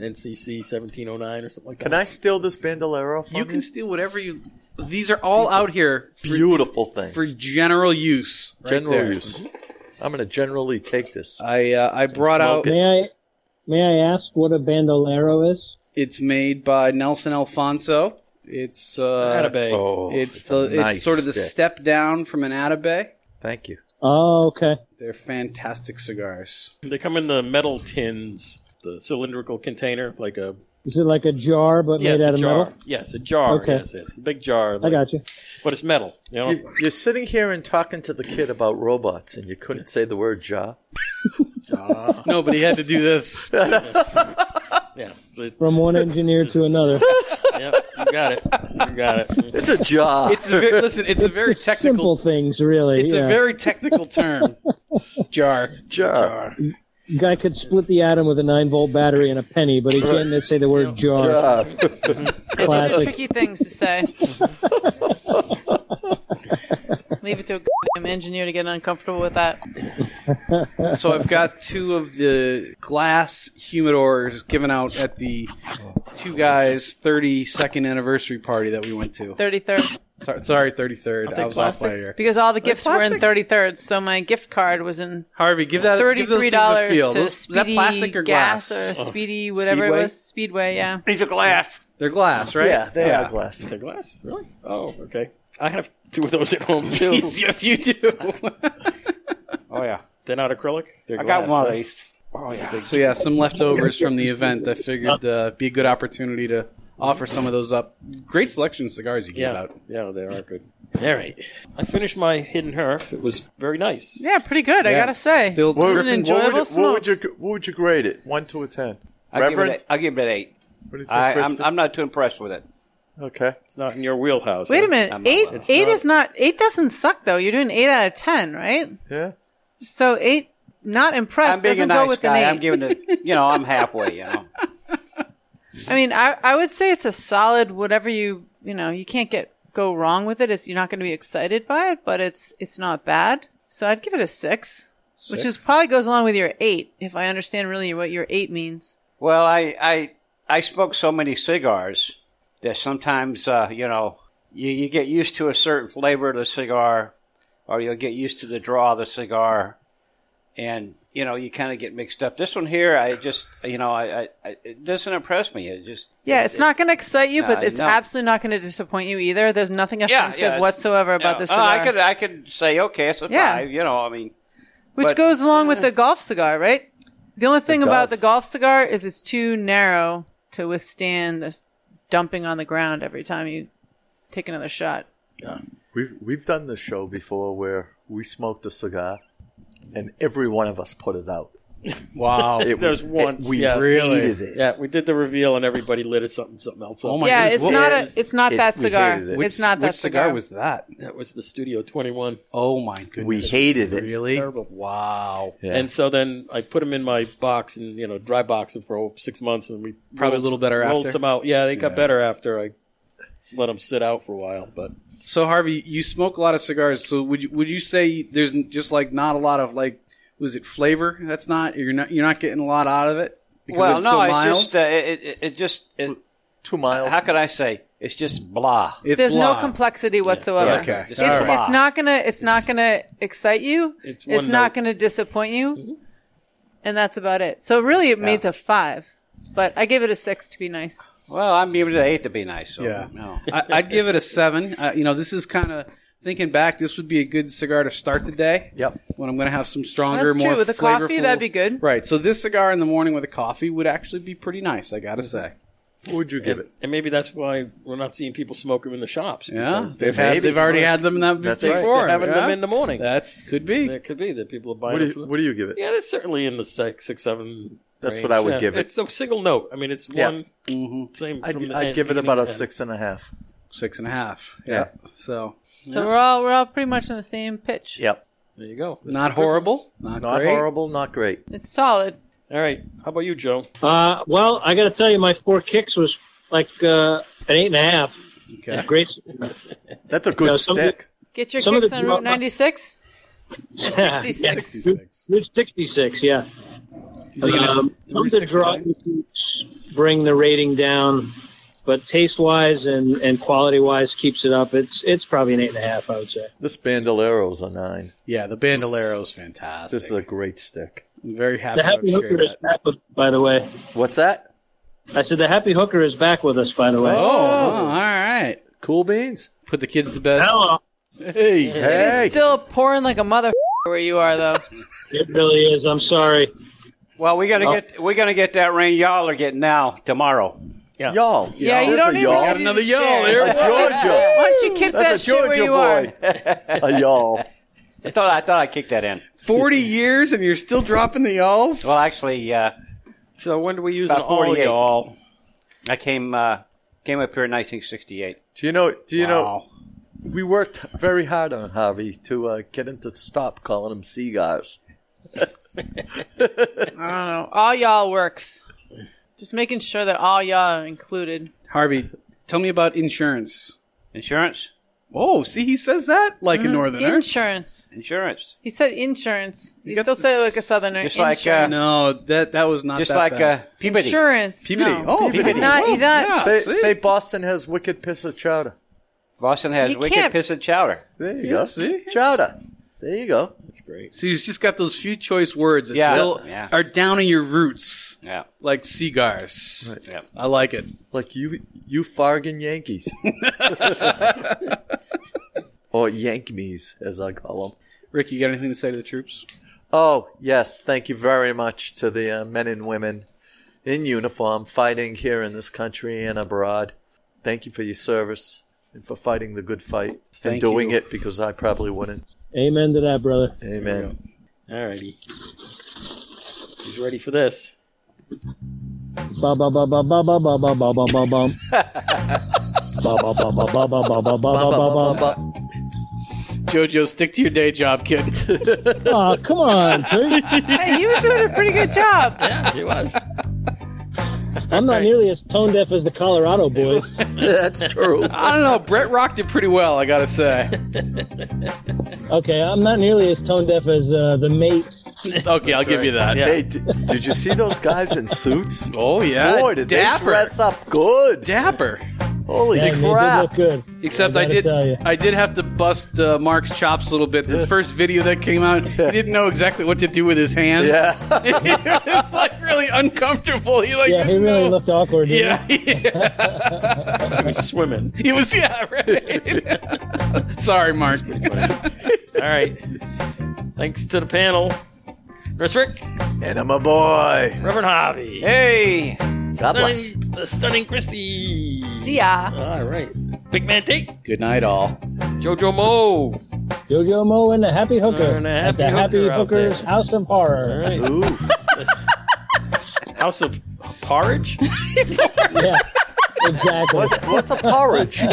Speaker 2: NCC seventeen oh nine or something like
Speaker 1: Can I
Speaker 2: that.
Speaker 1: steal this bandolero from
Speaker 6: You can steal whatever you. These are all out here for,
Speaker 1: Beautiful things.
Speaker 6: for general use. right
Speaker 1: general
Speaker 6: there.
Speaker 1: use. I'm going to generally take this.
Speaker 6: I uh, I brought
Speaker 1: Smoke it.
Speaker 6: out.
Speaker 3: May I may I ask what a bandolero is?
Speaker 6: It's made by Nelson Alfonso. It's uh,
Speaker 2: Atabey.
Speaker 1: Oh,
Speaker 6: it's,
Speaker 1: a
Speaker 6: the it's
Speaker 1: nice
Speaker 6: sort of the
Speaker 1: stick.
Speaker 6: step down from an Atabey.
Speaker 1: Thank you.
Speaker 3: Oh, okay.
Speaker 6: They're fantastic cigars.
Speaker 2: They come in the metal tins, the cylindrical container, like a
Speaker 3: Is it like a jar but
Speaker 2: yes,
Speaker 3: made out
Speaker 2: a
Speaker 3: of
Speaker 2: jar.
Speaker 3: metal?
Speaker 2: Yes, a jar.
Speaker 3: Okay.
Speaker 2: Yes, yes, a big jar.
Speaker 3: I
Speaker 2: like-
Speaker 3: got you.
Speaker 2: But it's metal. You know,
Speaker 1: You- You're sitting here and talking to the kid about robots, and you couldn't say the word jaw.
Speaker 6: No, but he had to do this.
Speaker 2: yeah, it's-
Speaker 3: From one engineer to another.
Speaker 2: yeah, you got it. You got it.
Speaker 1: It's a jaw.
Speaker 6: It's a very, listen. It's a very
Speaker 3: Simple
Speaker 6: technical.
Speaker 3: things, really.
Speaker 6: It's
Speaker 3: yeah.
Speaker 6: a very technical term. Jar.
Speaker 1: jaw.
Speaker 3: Guy could split the atom with a nine volt battery and a penny, but he can't say the word jar.
Speaker 1: Jaw.
Speaker 5: Those are
Speaker 3: Classic.
Speaker 5: tricky things to say. Leave it to a goddamn engineer to get uncomfortable with that.
Speaker 6: So I've got two of the glass humidors given out at the two guys' 32nd anniversary party that we went to.
Speaker 5: 33rd.
Speaker 6: Sorry, sorry 33rd. I was off by a year.
Speaker 5: Because all the gifts were in
Speaker 6: plastic?
Speaker 5: 33rd, so my gift card was in
Speaker 6: Harvey, give that give those
Speaker 5: thirty-three
Speaker 6: things a
Speaker 5: dollars
Speaker 6: feel.
Speaker 5: to
Speaker 6: Those, is
Speaker 5: Speedy
Speaker 6: that plastic or glass?
Speaker 5: Gas or Speedy whatever
Speaker 6: Speedway?
Speaker 5: it was Speedway. Yeah,
Speaker 2: Piece of glass.
Speaker 6: They're glass, right?
Speaker 1: Yeah, they are glass.
Speaker 2: A glass? Really? Oh, okay. I have two of those at home too.
Speaker 6: yes, you do.
Speaker 4: Oh yeah,
Speaker 2: They're not acrylic. They're
Speaker 4: I
Speaker 2: glass,
Speaker 4: got one
Speaker 2: huh?
Speaker 4: of these. Oh yeah.
Speaker 6: so yeah, some leftovers from the event. I figured uh, be a good opportunity to offer some of those up. Great selection of cigars you gave
Speaker 2: Yeah,
Speaker 6: out.
Speaker 2: yeah, they are good. All right, I finished my hidden herf. It was very nice.
Speaker 5: yeah, pretty good. I gotta
Speaker 6: it's
Speaker 5: say,
Speaker 6: still
Speaker 5: What
Speaker 1: Griffin,
Speaker 5: an enjoyable
Speaker 1: what would, you,
Speaker 5: smoke.
Speaker 1: what would you what would you grade it? One to a ten.
Speaker 4: I'll give it.
Speaker 1: Reverend?
Speaker 4: A, I'll give it an eight.
Speaker 1: What do you think,
Speaker 4: I, I'm,
Speaker 1: Kristen?
Speaker 4: I'm not too impressed with it.
Speaker 1: okay.
Speaker 2: It's not in your wheelhouse.
Speaker 5: Wait
Speaker 2: huh?
Speaker 5: a minute,
Speaker 4: I'm not
Speaker 5: eight
Speaker 4: allowed.
Speaker 2: It's
Speaker 5: eight
Speaker 2: not-
Speaker 5: is not eight doesn't suck though. You're doing eight out of ten, right?
Speaker 1: Yeah.
Speaker 5: So eight not impressed
Speaker 4: I'm being a
Speaker 5: doesn't go
Speaker 4: nice
Speaker 5: with
Speaker 4: guy.
Speaker 5: an eight.
Speaker 4: I'm giving it. You know, I'm halfway. You know.
Speaker 5: I mean, I I would say it's a solid whatever you you know you can't get go wrong with it. It's you're not going to be excited by it, but it's it's not bad. So I'd give it a six, which is probably goes along with your eight if I understand really what your eight means.
Speaker 4: Well, I I I smoke so many cigars that sometimes uh, you know you, you get used to a certain flavor of the cigar, or you'll get used to the draw of the cigar, and you know you kind of get mixed up. This one here, I just you know I, I, I it doesn't impress me. It just
Speaker 5: Yeah, it's not going to excite you, but
Speaker 4: No,
Speaker 5: it's
Speaker 4: no.
Speaker 5: absolutely not going to disappoint you either. There's nothing
Speaker 4: Yeah,
Speaker 5: offensive
Speaker 4: yeah, it's-
Speaker 5: whatsoever about
Speaker 4: Yeah.
Speaker 5: this
Speaker 4: Uh,
Speaker 5: cigar,
Speaker 4: I could I could say okay, it's a
Speaker 5: Yeah.
Speaker 4: five. You know, I mean,
Speaker 5: which
Speaker 4: but-
Speaker 5: goes along with the golf cigar, right? The only thing
Speaker 1: golf-
Speaker 5: about the golf cigar is it's too narrow to withstand this dumping on the ground every time you take another shot.
Speaker 1: We've we've done this show before where we smoked a cigar, and every one of us put it out.
Speaker 6: Wow.
Speaker 1: It
Speaker 2: There's once.
Speaker 1: we
Speaker 2: yeah.
Speaker 6: really-
Speaker 1: hated it.
Speaker 2: Yeah, we did the reveal and everybody lit it something something else. Up.
Speaker 6: Oh my
Speaker 5: yeah,
Speaker 6: goodness,
Speaker 5: it's
Speaker 6: what
Speaker 5: not
Speaker 6: was-
Speaker 5: a, it's not
Speaker 1: it-
Speaker 5: that
Speaker 1: we
Speaker 5: cigar.
Speaker 1: hated it.
Speaker 5: it's not that
Speaker 6: which cigar. was that?
Speaker 2: That was the Studio 21.
Speaker 6: Oh my goodness.
Speaker 1: We hated it.
Speaker 6: Really?
Speaker 2: Terrible.
Speaker 6: Wow.
Speaker 1: Yeah.
Speaker 2: And so then I put them in my box and you know dry box them for six months, and we
Speaker 6: Probably a little better
Speaker 2: rolled
Speaker 6: after.
Speaker 2: some out. Yeah, they got
Speaker 6: Yeah.
Speaker 2: better after I let them sit out for a while. But
Speaker 6: So Harvey, you smoke a lot of cigars. So would you would you say there's just like not a lot of like was it flavor? That's not you're not you're not getting a lot out of it because
Speaker 4: well,
Speaker 6: it's
Speaker 4: no,
Speaker 6: so
Speaker 4: it's
Speaker 6: mild.
Speaker 4: just uh, it, it, it just it,
Speaker 1: Two miles.
Speaker 4: how could I say it's just blah.
Speaker 6: it's
Speaker 5: There's
Speaker 6: blah.
Speaker 5: no complexity whatsoever.
Speaker 6: Okay. All
Speaker 5: It's,
Speaker 4: right.
Speaker 5: it's not gonna it's, not gonna excite you.
Speaker 2: it's
Speaker 5: It's,
Speaker 2: one
Speaker 5: not
Speaker 2: note.
Speaker 5: gonna disappoint you.
Speaker 6: Mm-hmm.
Speaker 5: And that's about it. So really, it means a five, but I give it a six to be nice.
Speaker 4: Well, I'm giving it an eight to be nice. So,
Speaker 6: Yeah.
Speaker 4: Oh, no.
Speaker 6: I, I'd give it a seven. Uh, you know, this is kind of thinking back. This would be a good cigar to start the day.
Speaker 1: Yep.
Speaker 6: When I'm going to have some stronger,
Speaker 5: That's
Speaker 6: more
Speaker 5: true. With a coffee,
Speaker 6: flavorful-
Speaker 5: that'd be good.
Speaker 6: Right. So this cigar in the morning with a coffee would actually be pretty nice. I got to say.
Speaker 1: What would you give it?
Speaker 2: and maybe that's why we're not seeing people smoke them in the shops.
Speaker 6: Yeah,
Speaker 2: because
Speaker 6: they've had,
Speaker 1: Maybe.
Speaker 6: they've already had them that
Speaker 1: That's
Speaker 6: before.
Speaker 1: right.
Speaker 2: they're having
Speaker 6: yeah?
Speaker 2: them in the morning.
Speaker 6: That's could be.
Speaker 2: There could be that people are buying.
Speaker 1: What do
Speaker 2: them
Speaker 1: you,
Speaker 2: for-
Speaker 1: what do you give it?
Speaker 2: yeah, that's certainly in the six, six, seven.
Speaker 1: That's
Speaker 2: range.
Speaker 1: what I would
Speaker 2: Yeah,
Speaker 1: give it.
Speaker 2: It's a single note. I mean, it's
Speaker 1: Yeah.
Speaker 2: one same.
Speaker 1: I'd,
Speaker 2: from the
Speaker 1: I'd
Speaker 2: end-
Speaker 1: give it
Speaker 2: beginning
Speaker 1: about
Speaker 2: to
Speaker 1: a
Speaker 2: end.
Speaker 1: six and a half.
Speaker 6: Mm-hmm. Six and a half.
Speaker 1: Yeah.
Speaker 6: So
Speaker 5: So we're all we're all pretty much on the same pitch.
Speaker 1: Yep.
Speaker 2: There you go.
Speaker 6: not horrible. Not,
Speaker 1: Not
Speaker 6: great.
Speaker 1: horrible, not great.
Speaker 5: It's solid.
Speaker 2: All right. How about you, Joe?
Speaker 3: Uh, well, I got to tell you, my four kicks was like uh, an eight and a half.
Speaker 6: Okay.
Speaker 3: Great.
Speaker 1: That's a good
Speaker 3: Yeah, some-
Speaker 1: stick.
Speaker 5: Get your
Speaker 3: Some of
Speaker 5: kicks
Speaker 3: the-
Speaker 5: on Route 96 or 66.
Speaker 3: Route 66, yeah. Um, some of the dry fruits bring the rating down, but taste wise and, and quality wise keeps it up. It's it's probably an eight and a half, I would say.
Speaker 1: This Bandolero's a nine.
Speaker 6: Yeah, the Bandolero's fantastic.
Speaker 1: This is a great stick.
Speaker 6: I'm very
Speaker 3: The
Speaker 6: happy to
Speaker 3: happy hooker
Speaker 6: share
Speaker 3: is
Speaker 6: that.
Speaker 3: back with, by the way.
Speaker 1: What's that?
Speaker 3: I said the happy hooker is back with us, by the way.
Speaker 6: Oh, all right.
Speaker 1: Cool beans.
Speaker 6: Put the kids to bed.
Speaker 3: Hello.
Speaker 6: Hey,
Speaker 1: Hey,
Speaker 5: It's still pouring like a mother where you are though.
Speaker 3: It really is. I'm sorry.
Speaker 4: Well, we
Speaker 6: Oh.
Speaker 4: gotta get we gotta get that rain y'all are getting now tomorrow.
Speaker 1: y'all.
Speaker 5: Yeah,
Speaker 1: There's
Speaker 5: you don't
Speaker 1: a
Speaker 5: even
Speaker 1: y'all.
Speaker 5: need to Another y'all. share. There
Speaker 1: A
Speaker 5: it was.
Speaker 1: Georgia.
Speaker 5: Why don't you keep
Speaker 1: That's
Speaker 5: that
Speaker 1: a
Speaker 5: shit where
Speaker 1: Georgia
Speaker 5: you are?
Speaker 1: boy. a y'all.
Speaker 4: I thought I thought I kicked that in.
Speaker 6: forty years and you're still dropping the alls.
Speaker 4: Well, actually, uh,
Speaker 2: So when do we use
Speaker 4: About
Speaker 2: an all
Speaker 4: 48.
Speaker 2: y'all?
Speaker 4: I came uh, came up here in 1968.
Speaker 1: Do you know? Do you know?
Speaker 6: Wow.
Speaker 1: We worked very hard on Harvey to uh, get him to stop calling him cigars.
Speaker 5: I don't know. All y'all works. Just making sure that all y'all are included.
Speaker 6: Harvey, tell me about insurance.
Speaker 4: Insurance,
Speaker 6: Oh, see, he says that like
Speaker 3: Mm-hmm.
Speaker 6: a northerner.
Speaker 5: Insurance.
Speaker 4: insurance,
Speaker 5: He said insurance. He
Speaker 6: got
Speaker 5: still said it
Speaker 6: the
Speaker 5: like a southerner.
Speaker 4: just like, uh,
Speaker 5: Insurance.
Speaker 6: no, that that was not
Speaker 4: just
Speaker 6: that
Speaker 4: like uh,
Speaker 6: bad.
Speaker 4: Peabody.
Speaker 5: insurance.
Speaker 6: Peabody.
Speaker 5: No.
Speaker 6: Oh,
Speaker 5: He
Speaker 6: Peabody.
Speaker 5: did not. He did not.
Speaker 6: Yeah.
Speaker 1: Say,
Speaker 6: Ah, see?
Speaker 1: say Boston has wicked piss of chowder.
Speaker 4: Boston has
Speaker 5: You
Speaker 4: wicked
Speaker 5: can't-
Speaker 4: piss and chowder.
Speaker 1: There you
Speaker 6: Yeah,
Speaker 1: go.
Speaker 6: see?
Speaker 1: Chowder. There you go.
Speaker 2: That's great.
Speaker 6: So he's just got those few choice words that
Speaker 4: Yeah.
Speaker 6: still
Speaker 4: Yeah.
Speaker 6: are down in your roots,
Speaker 4: Yeah,
Speaker 6: like cigars.
Speaker 4: yeah.
Speaker 6: I like it.
Speaker 1: Like you, you fargin' Yankees. or Yankmees, as I call them.
Speaker 6: Rick, you got anything to say to the troops?
Speaker 1: Oh, yes. Thank you very much to the uh, men and women in uniform fighting here in this country and abroad. Thank you for your service and for fighting the good fight
Speaker 6: Thank
Speaker 1: and doing
Speaker 6: you.
Speaker 1: it because I probably wouldn't.
Speaker 3: Amen to that, brother.
Speaker 1: Amen.
Speaker 2: All righty. He's ready for this.
Speaker 3: Ba ba ba ba ba ba ba ba ba ba ba bum. Ba ba ba ba ba ba ba ba ba ba ba ba.
Speaker 6: Jojo, stick to your day job, kid.
Speaker 3: Aw, Ah, come on, dude.
Speaker 5: Hey, he was doing a pretty good job.
Speaker 2: Yeah, he was.
Speaker 3: I'm not nearly as tone deaf as the Colorado boys.
Speaker 1: That's true.
Speaker 6: I don't know. Brett rocked it pretty well, I gotta say.
Speaker 3: Okay, I'm not nearly as tone deaf as uh, the mate.
Speaker 6: Okay, I'll give you that.
Speaker 1: Hey, d- did you see those guys in suits?
Speaker 6: Oh yeah,
Speaker 1: Boy, did
Speaker 6: dapper,
Speaker 1: they dress up good.
Speaker 6: dapper.
Speaker 1: Holy
Speaker 3: Yeah, they did
Speaker 1: crap.
Speaker 3: look good.
Speaker 6: Except
Speaker 3: I
Speaker 6: I,
Speaker 3: gotta
Speaker 6: did,
Speaker 3: tell ya.
Speaker 6: I did have to bust uh, Mark's chops a little bit. The first video that came out, he didn't know exactly what to do with his hands.
Speaker 1: Yeah.
Speaker 6: it was like really uncomfortable. He like,
Speaker 3: Yeah, he
Speaker 6: didn't
Speaker 3: really
Speaker 6: know.
Speaker 3: looked awkward. didn't
Speaker 6: Yeah, yeah.
Speaker 2: He was swimming.
Speaker 6: he was. Yeah, right. Sorry, Mark.
Speaker 2: All right. Thanks to the panel. Nurse Rick,
Speaker 1: And I'm a boy.
Speaker 2: Reverend Hobby.
Speaker 4: Hey,
Speaker 1: God bless.
Speaker 2: Stunning, the stunning Christie.
Speaker 5: See ya.
Speaker 2: All right. Big Man Tate.
Speaker 6: Good night, all.
Speaker 2: Jojo Mo.
Speaker 3: he? Yo-Yo Mo and the Happy Hooker.
Speaker 2: And the
Speaker 3: at
Speaker 2: Happy
Speaker 3: the Happy
Speaker 2: Hooker out
Speaker 3: Hooker's
Speaker 2: there.
Speaker 3: House of
Speaker 2: All
Speaker 3: Horror.
Speaker 2: right.
Speaker 1: Ooh.
Speaker 2: House of Porridge?
Speaker 3: Yeah, exactly.
Speaker 1: What's, what's a porridge?
Speaker 5: I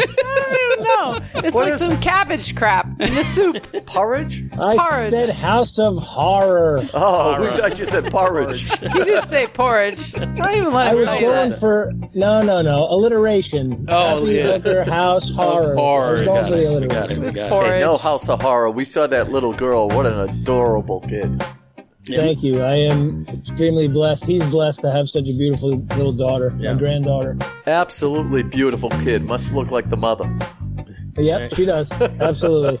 Speaker 5: don't know. It's
Speaker 1: What
Speaker 5: like
Speaker 1: is-
Speaker 5: some cabbage crap in the soup.
Speaker 1: porridge?
Speaker 3: I
Speaker 5: porridge.
Speaker 3: said House of Horror.
Speaker 1: Oh, we thought you said porridge.
Speaker 5: You didn't say porridge. Don't even
Speaker 3: I
Speaker 5: let him
Speaker 3: was
Speaker 5: tell you
Speaker 3: going
Speaker 5: that.
Speaker 3: for no, no, no alliteration.
Speaker 6: Oh,
Speaker 3: Happy
Speaker 6: yeah.
Speaker 3: Liquor House Horror. I was
Speaker 6: Horror,
Speaker 3: going
Speaker 6: got
Speaker 3: for the alliteration.
Speaker 2: we got
Speaker 5: Porridge.
Speaker 1: Hey, no House of Horror. We saw that little girl. What an adorable kid.
Speaker 3: Thank you. I am extremely blessed. He's blessed to have such a beautiful little daughter,
Speaker 2: Yeah.
Speaker 3: my granddaughter.
Speaker 1: Absolutely beautiful kid. Must look like the mother.
Speaker 3: Yep, she does. Absolutely.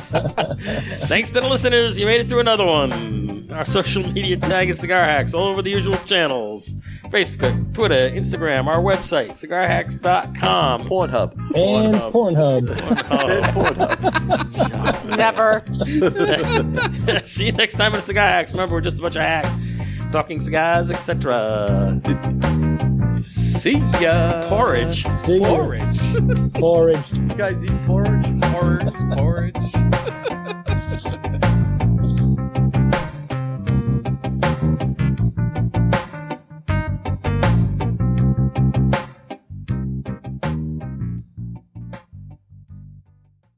Speaker 2: Thanks to the listeners, you made it through another one. Our social media tag is Cigar Hacks all over the usual channels Facebook, Twitter, Instagram, our website, cigarhacks.com.
Speaker 1: Pornhub.
Speaker 3: And
Speaker 2: Pornhub.
Speaker 3: Pornhub.
Speaker 1: Then Pornhub.
Speaker 5: Never.
Speaker 2: See you next time on Cigar Hacks. Remember, we're just a bunch of hacks talking cigars, etc.
Speaker 6: See ya.
Speaker 2: Porridge.
Speaker 3: See you.
Speaker 6: Porridge.
Speaker 3: Porridge.
Speaker 1: You guys eat porridge?
Speaker 6: Porridge. Porridge.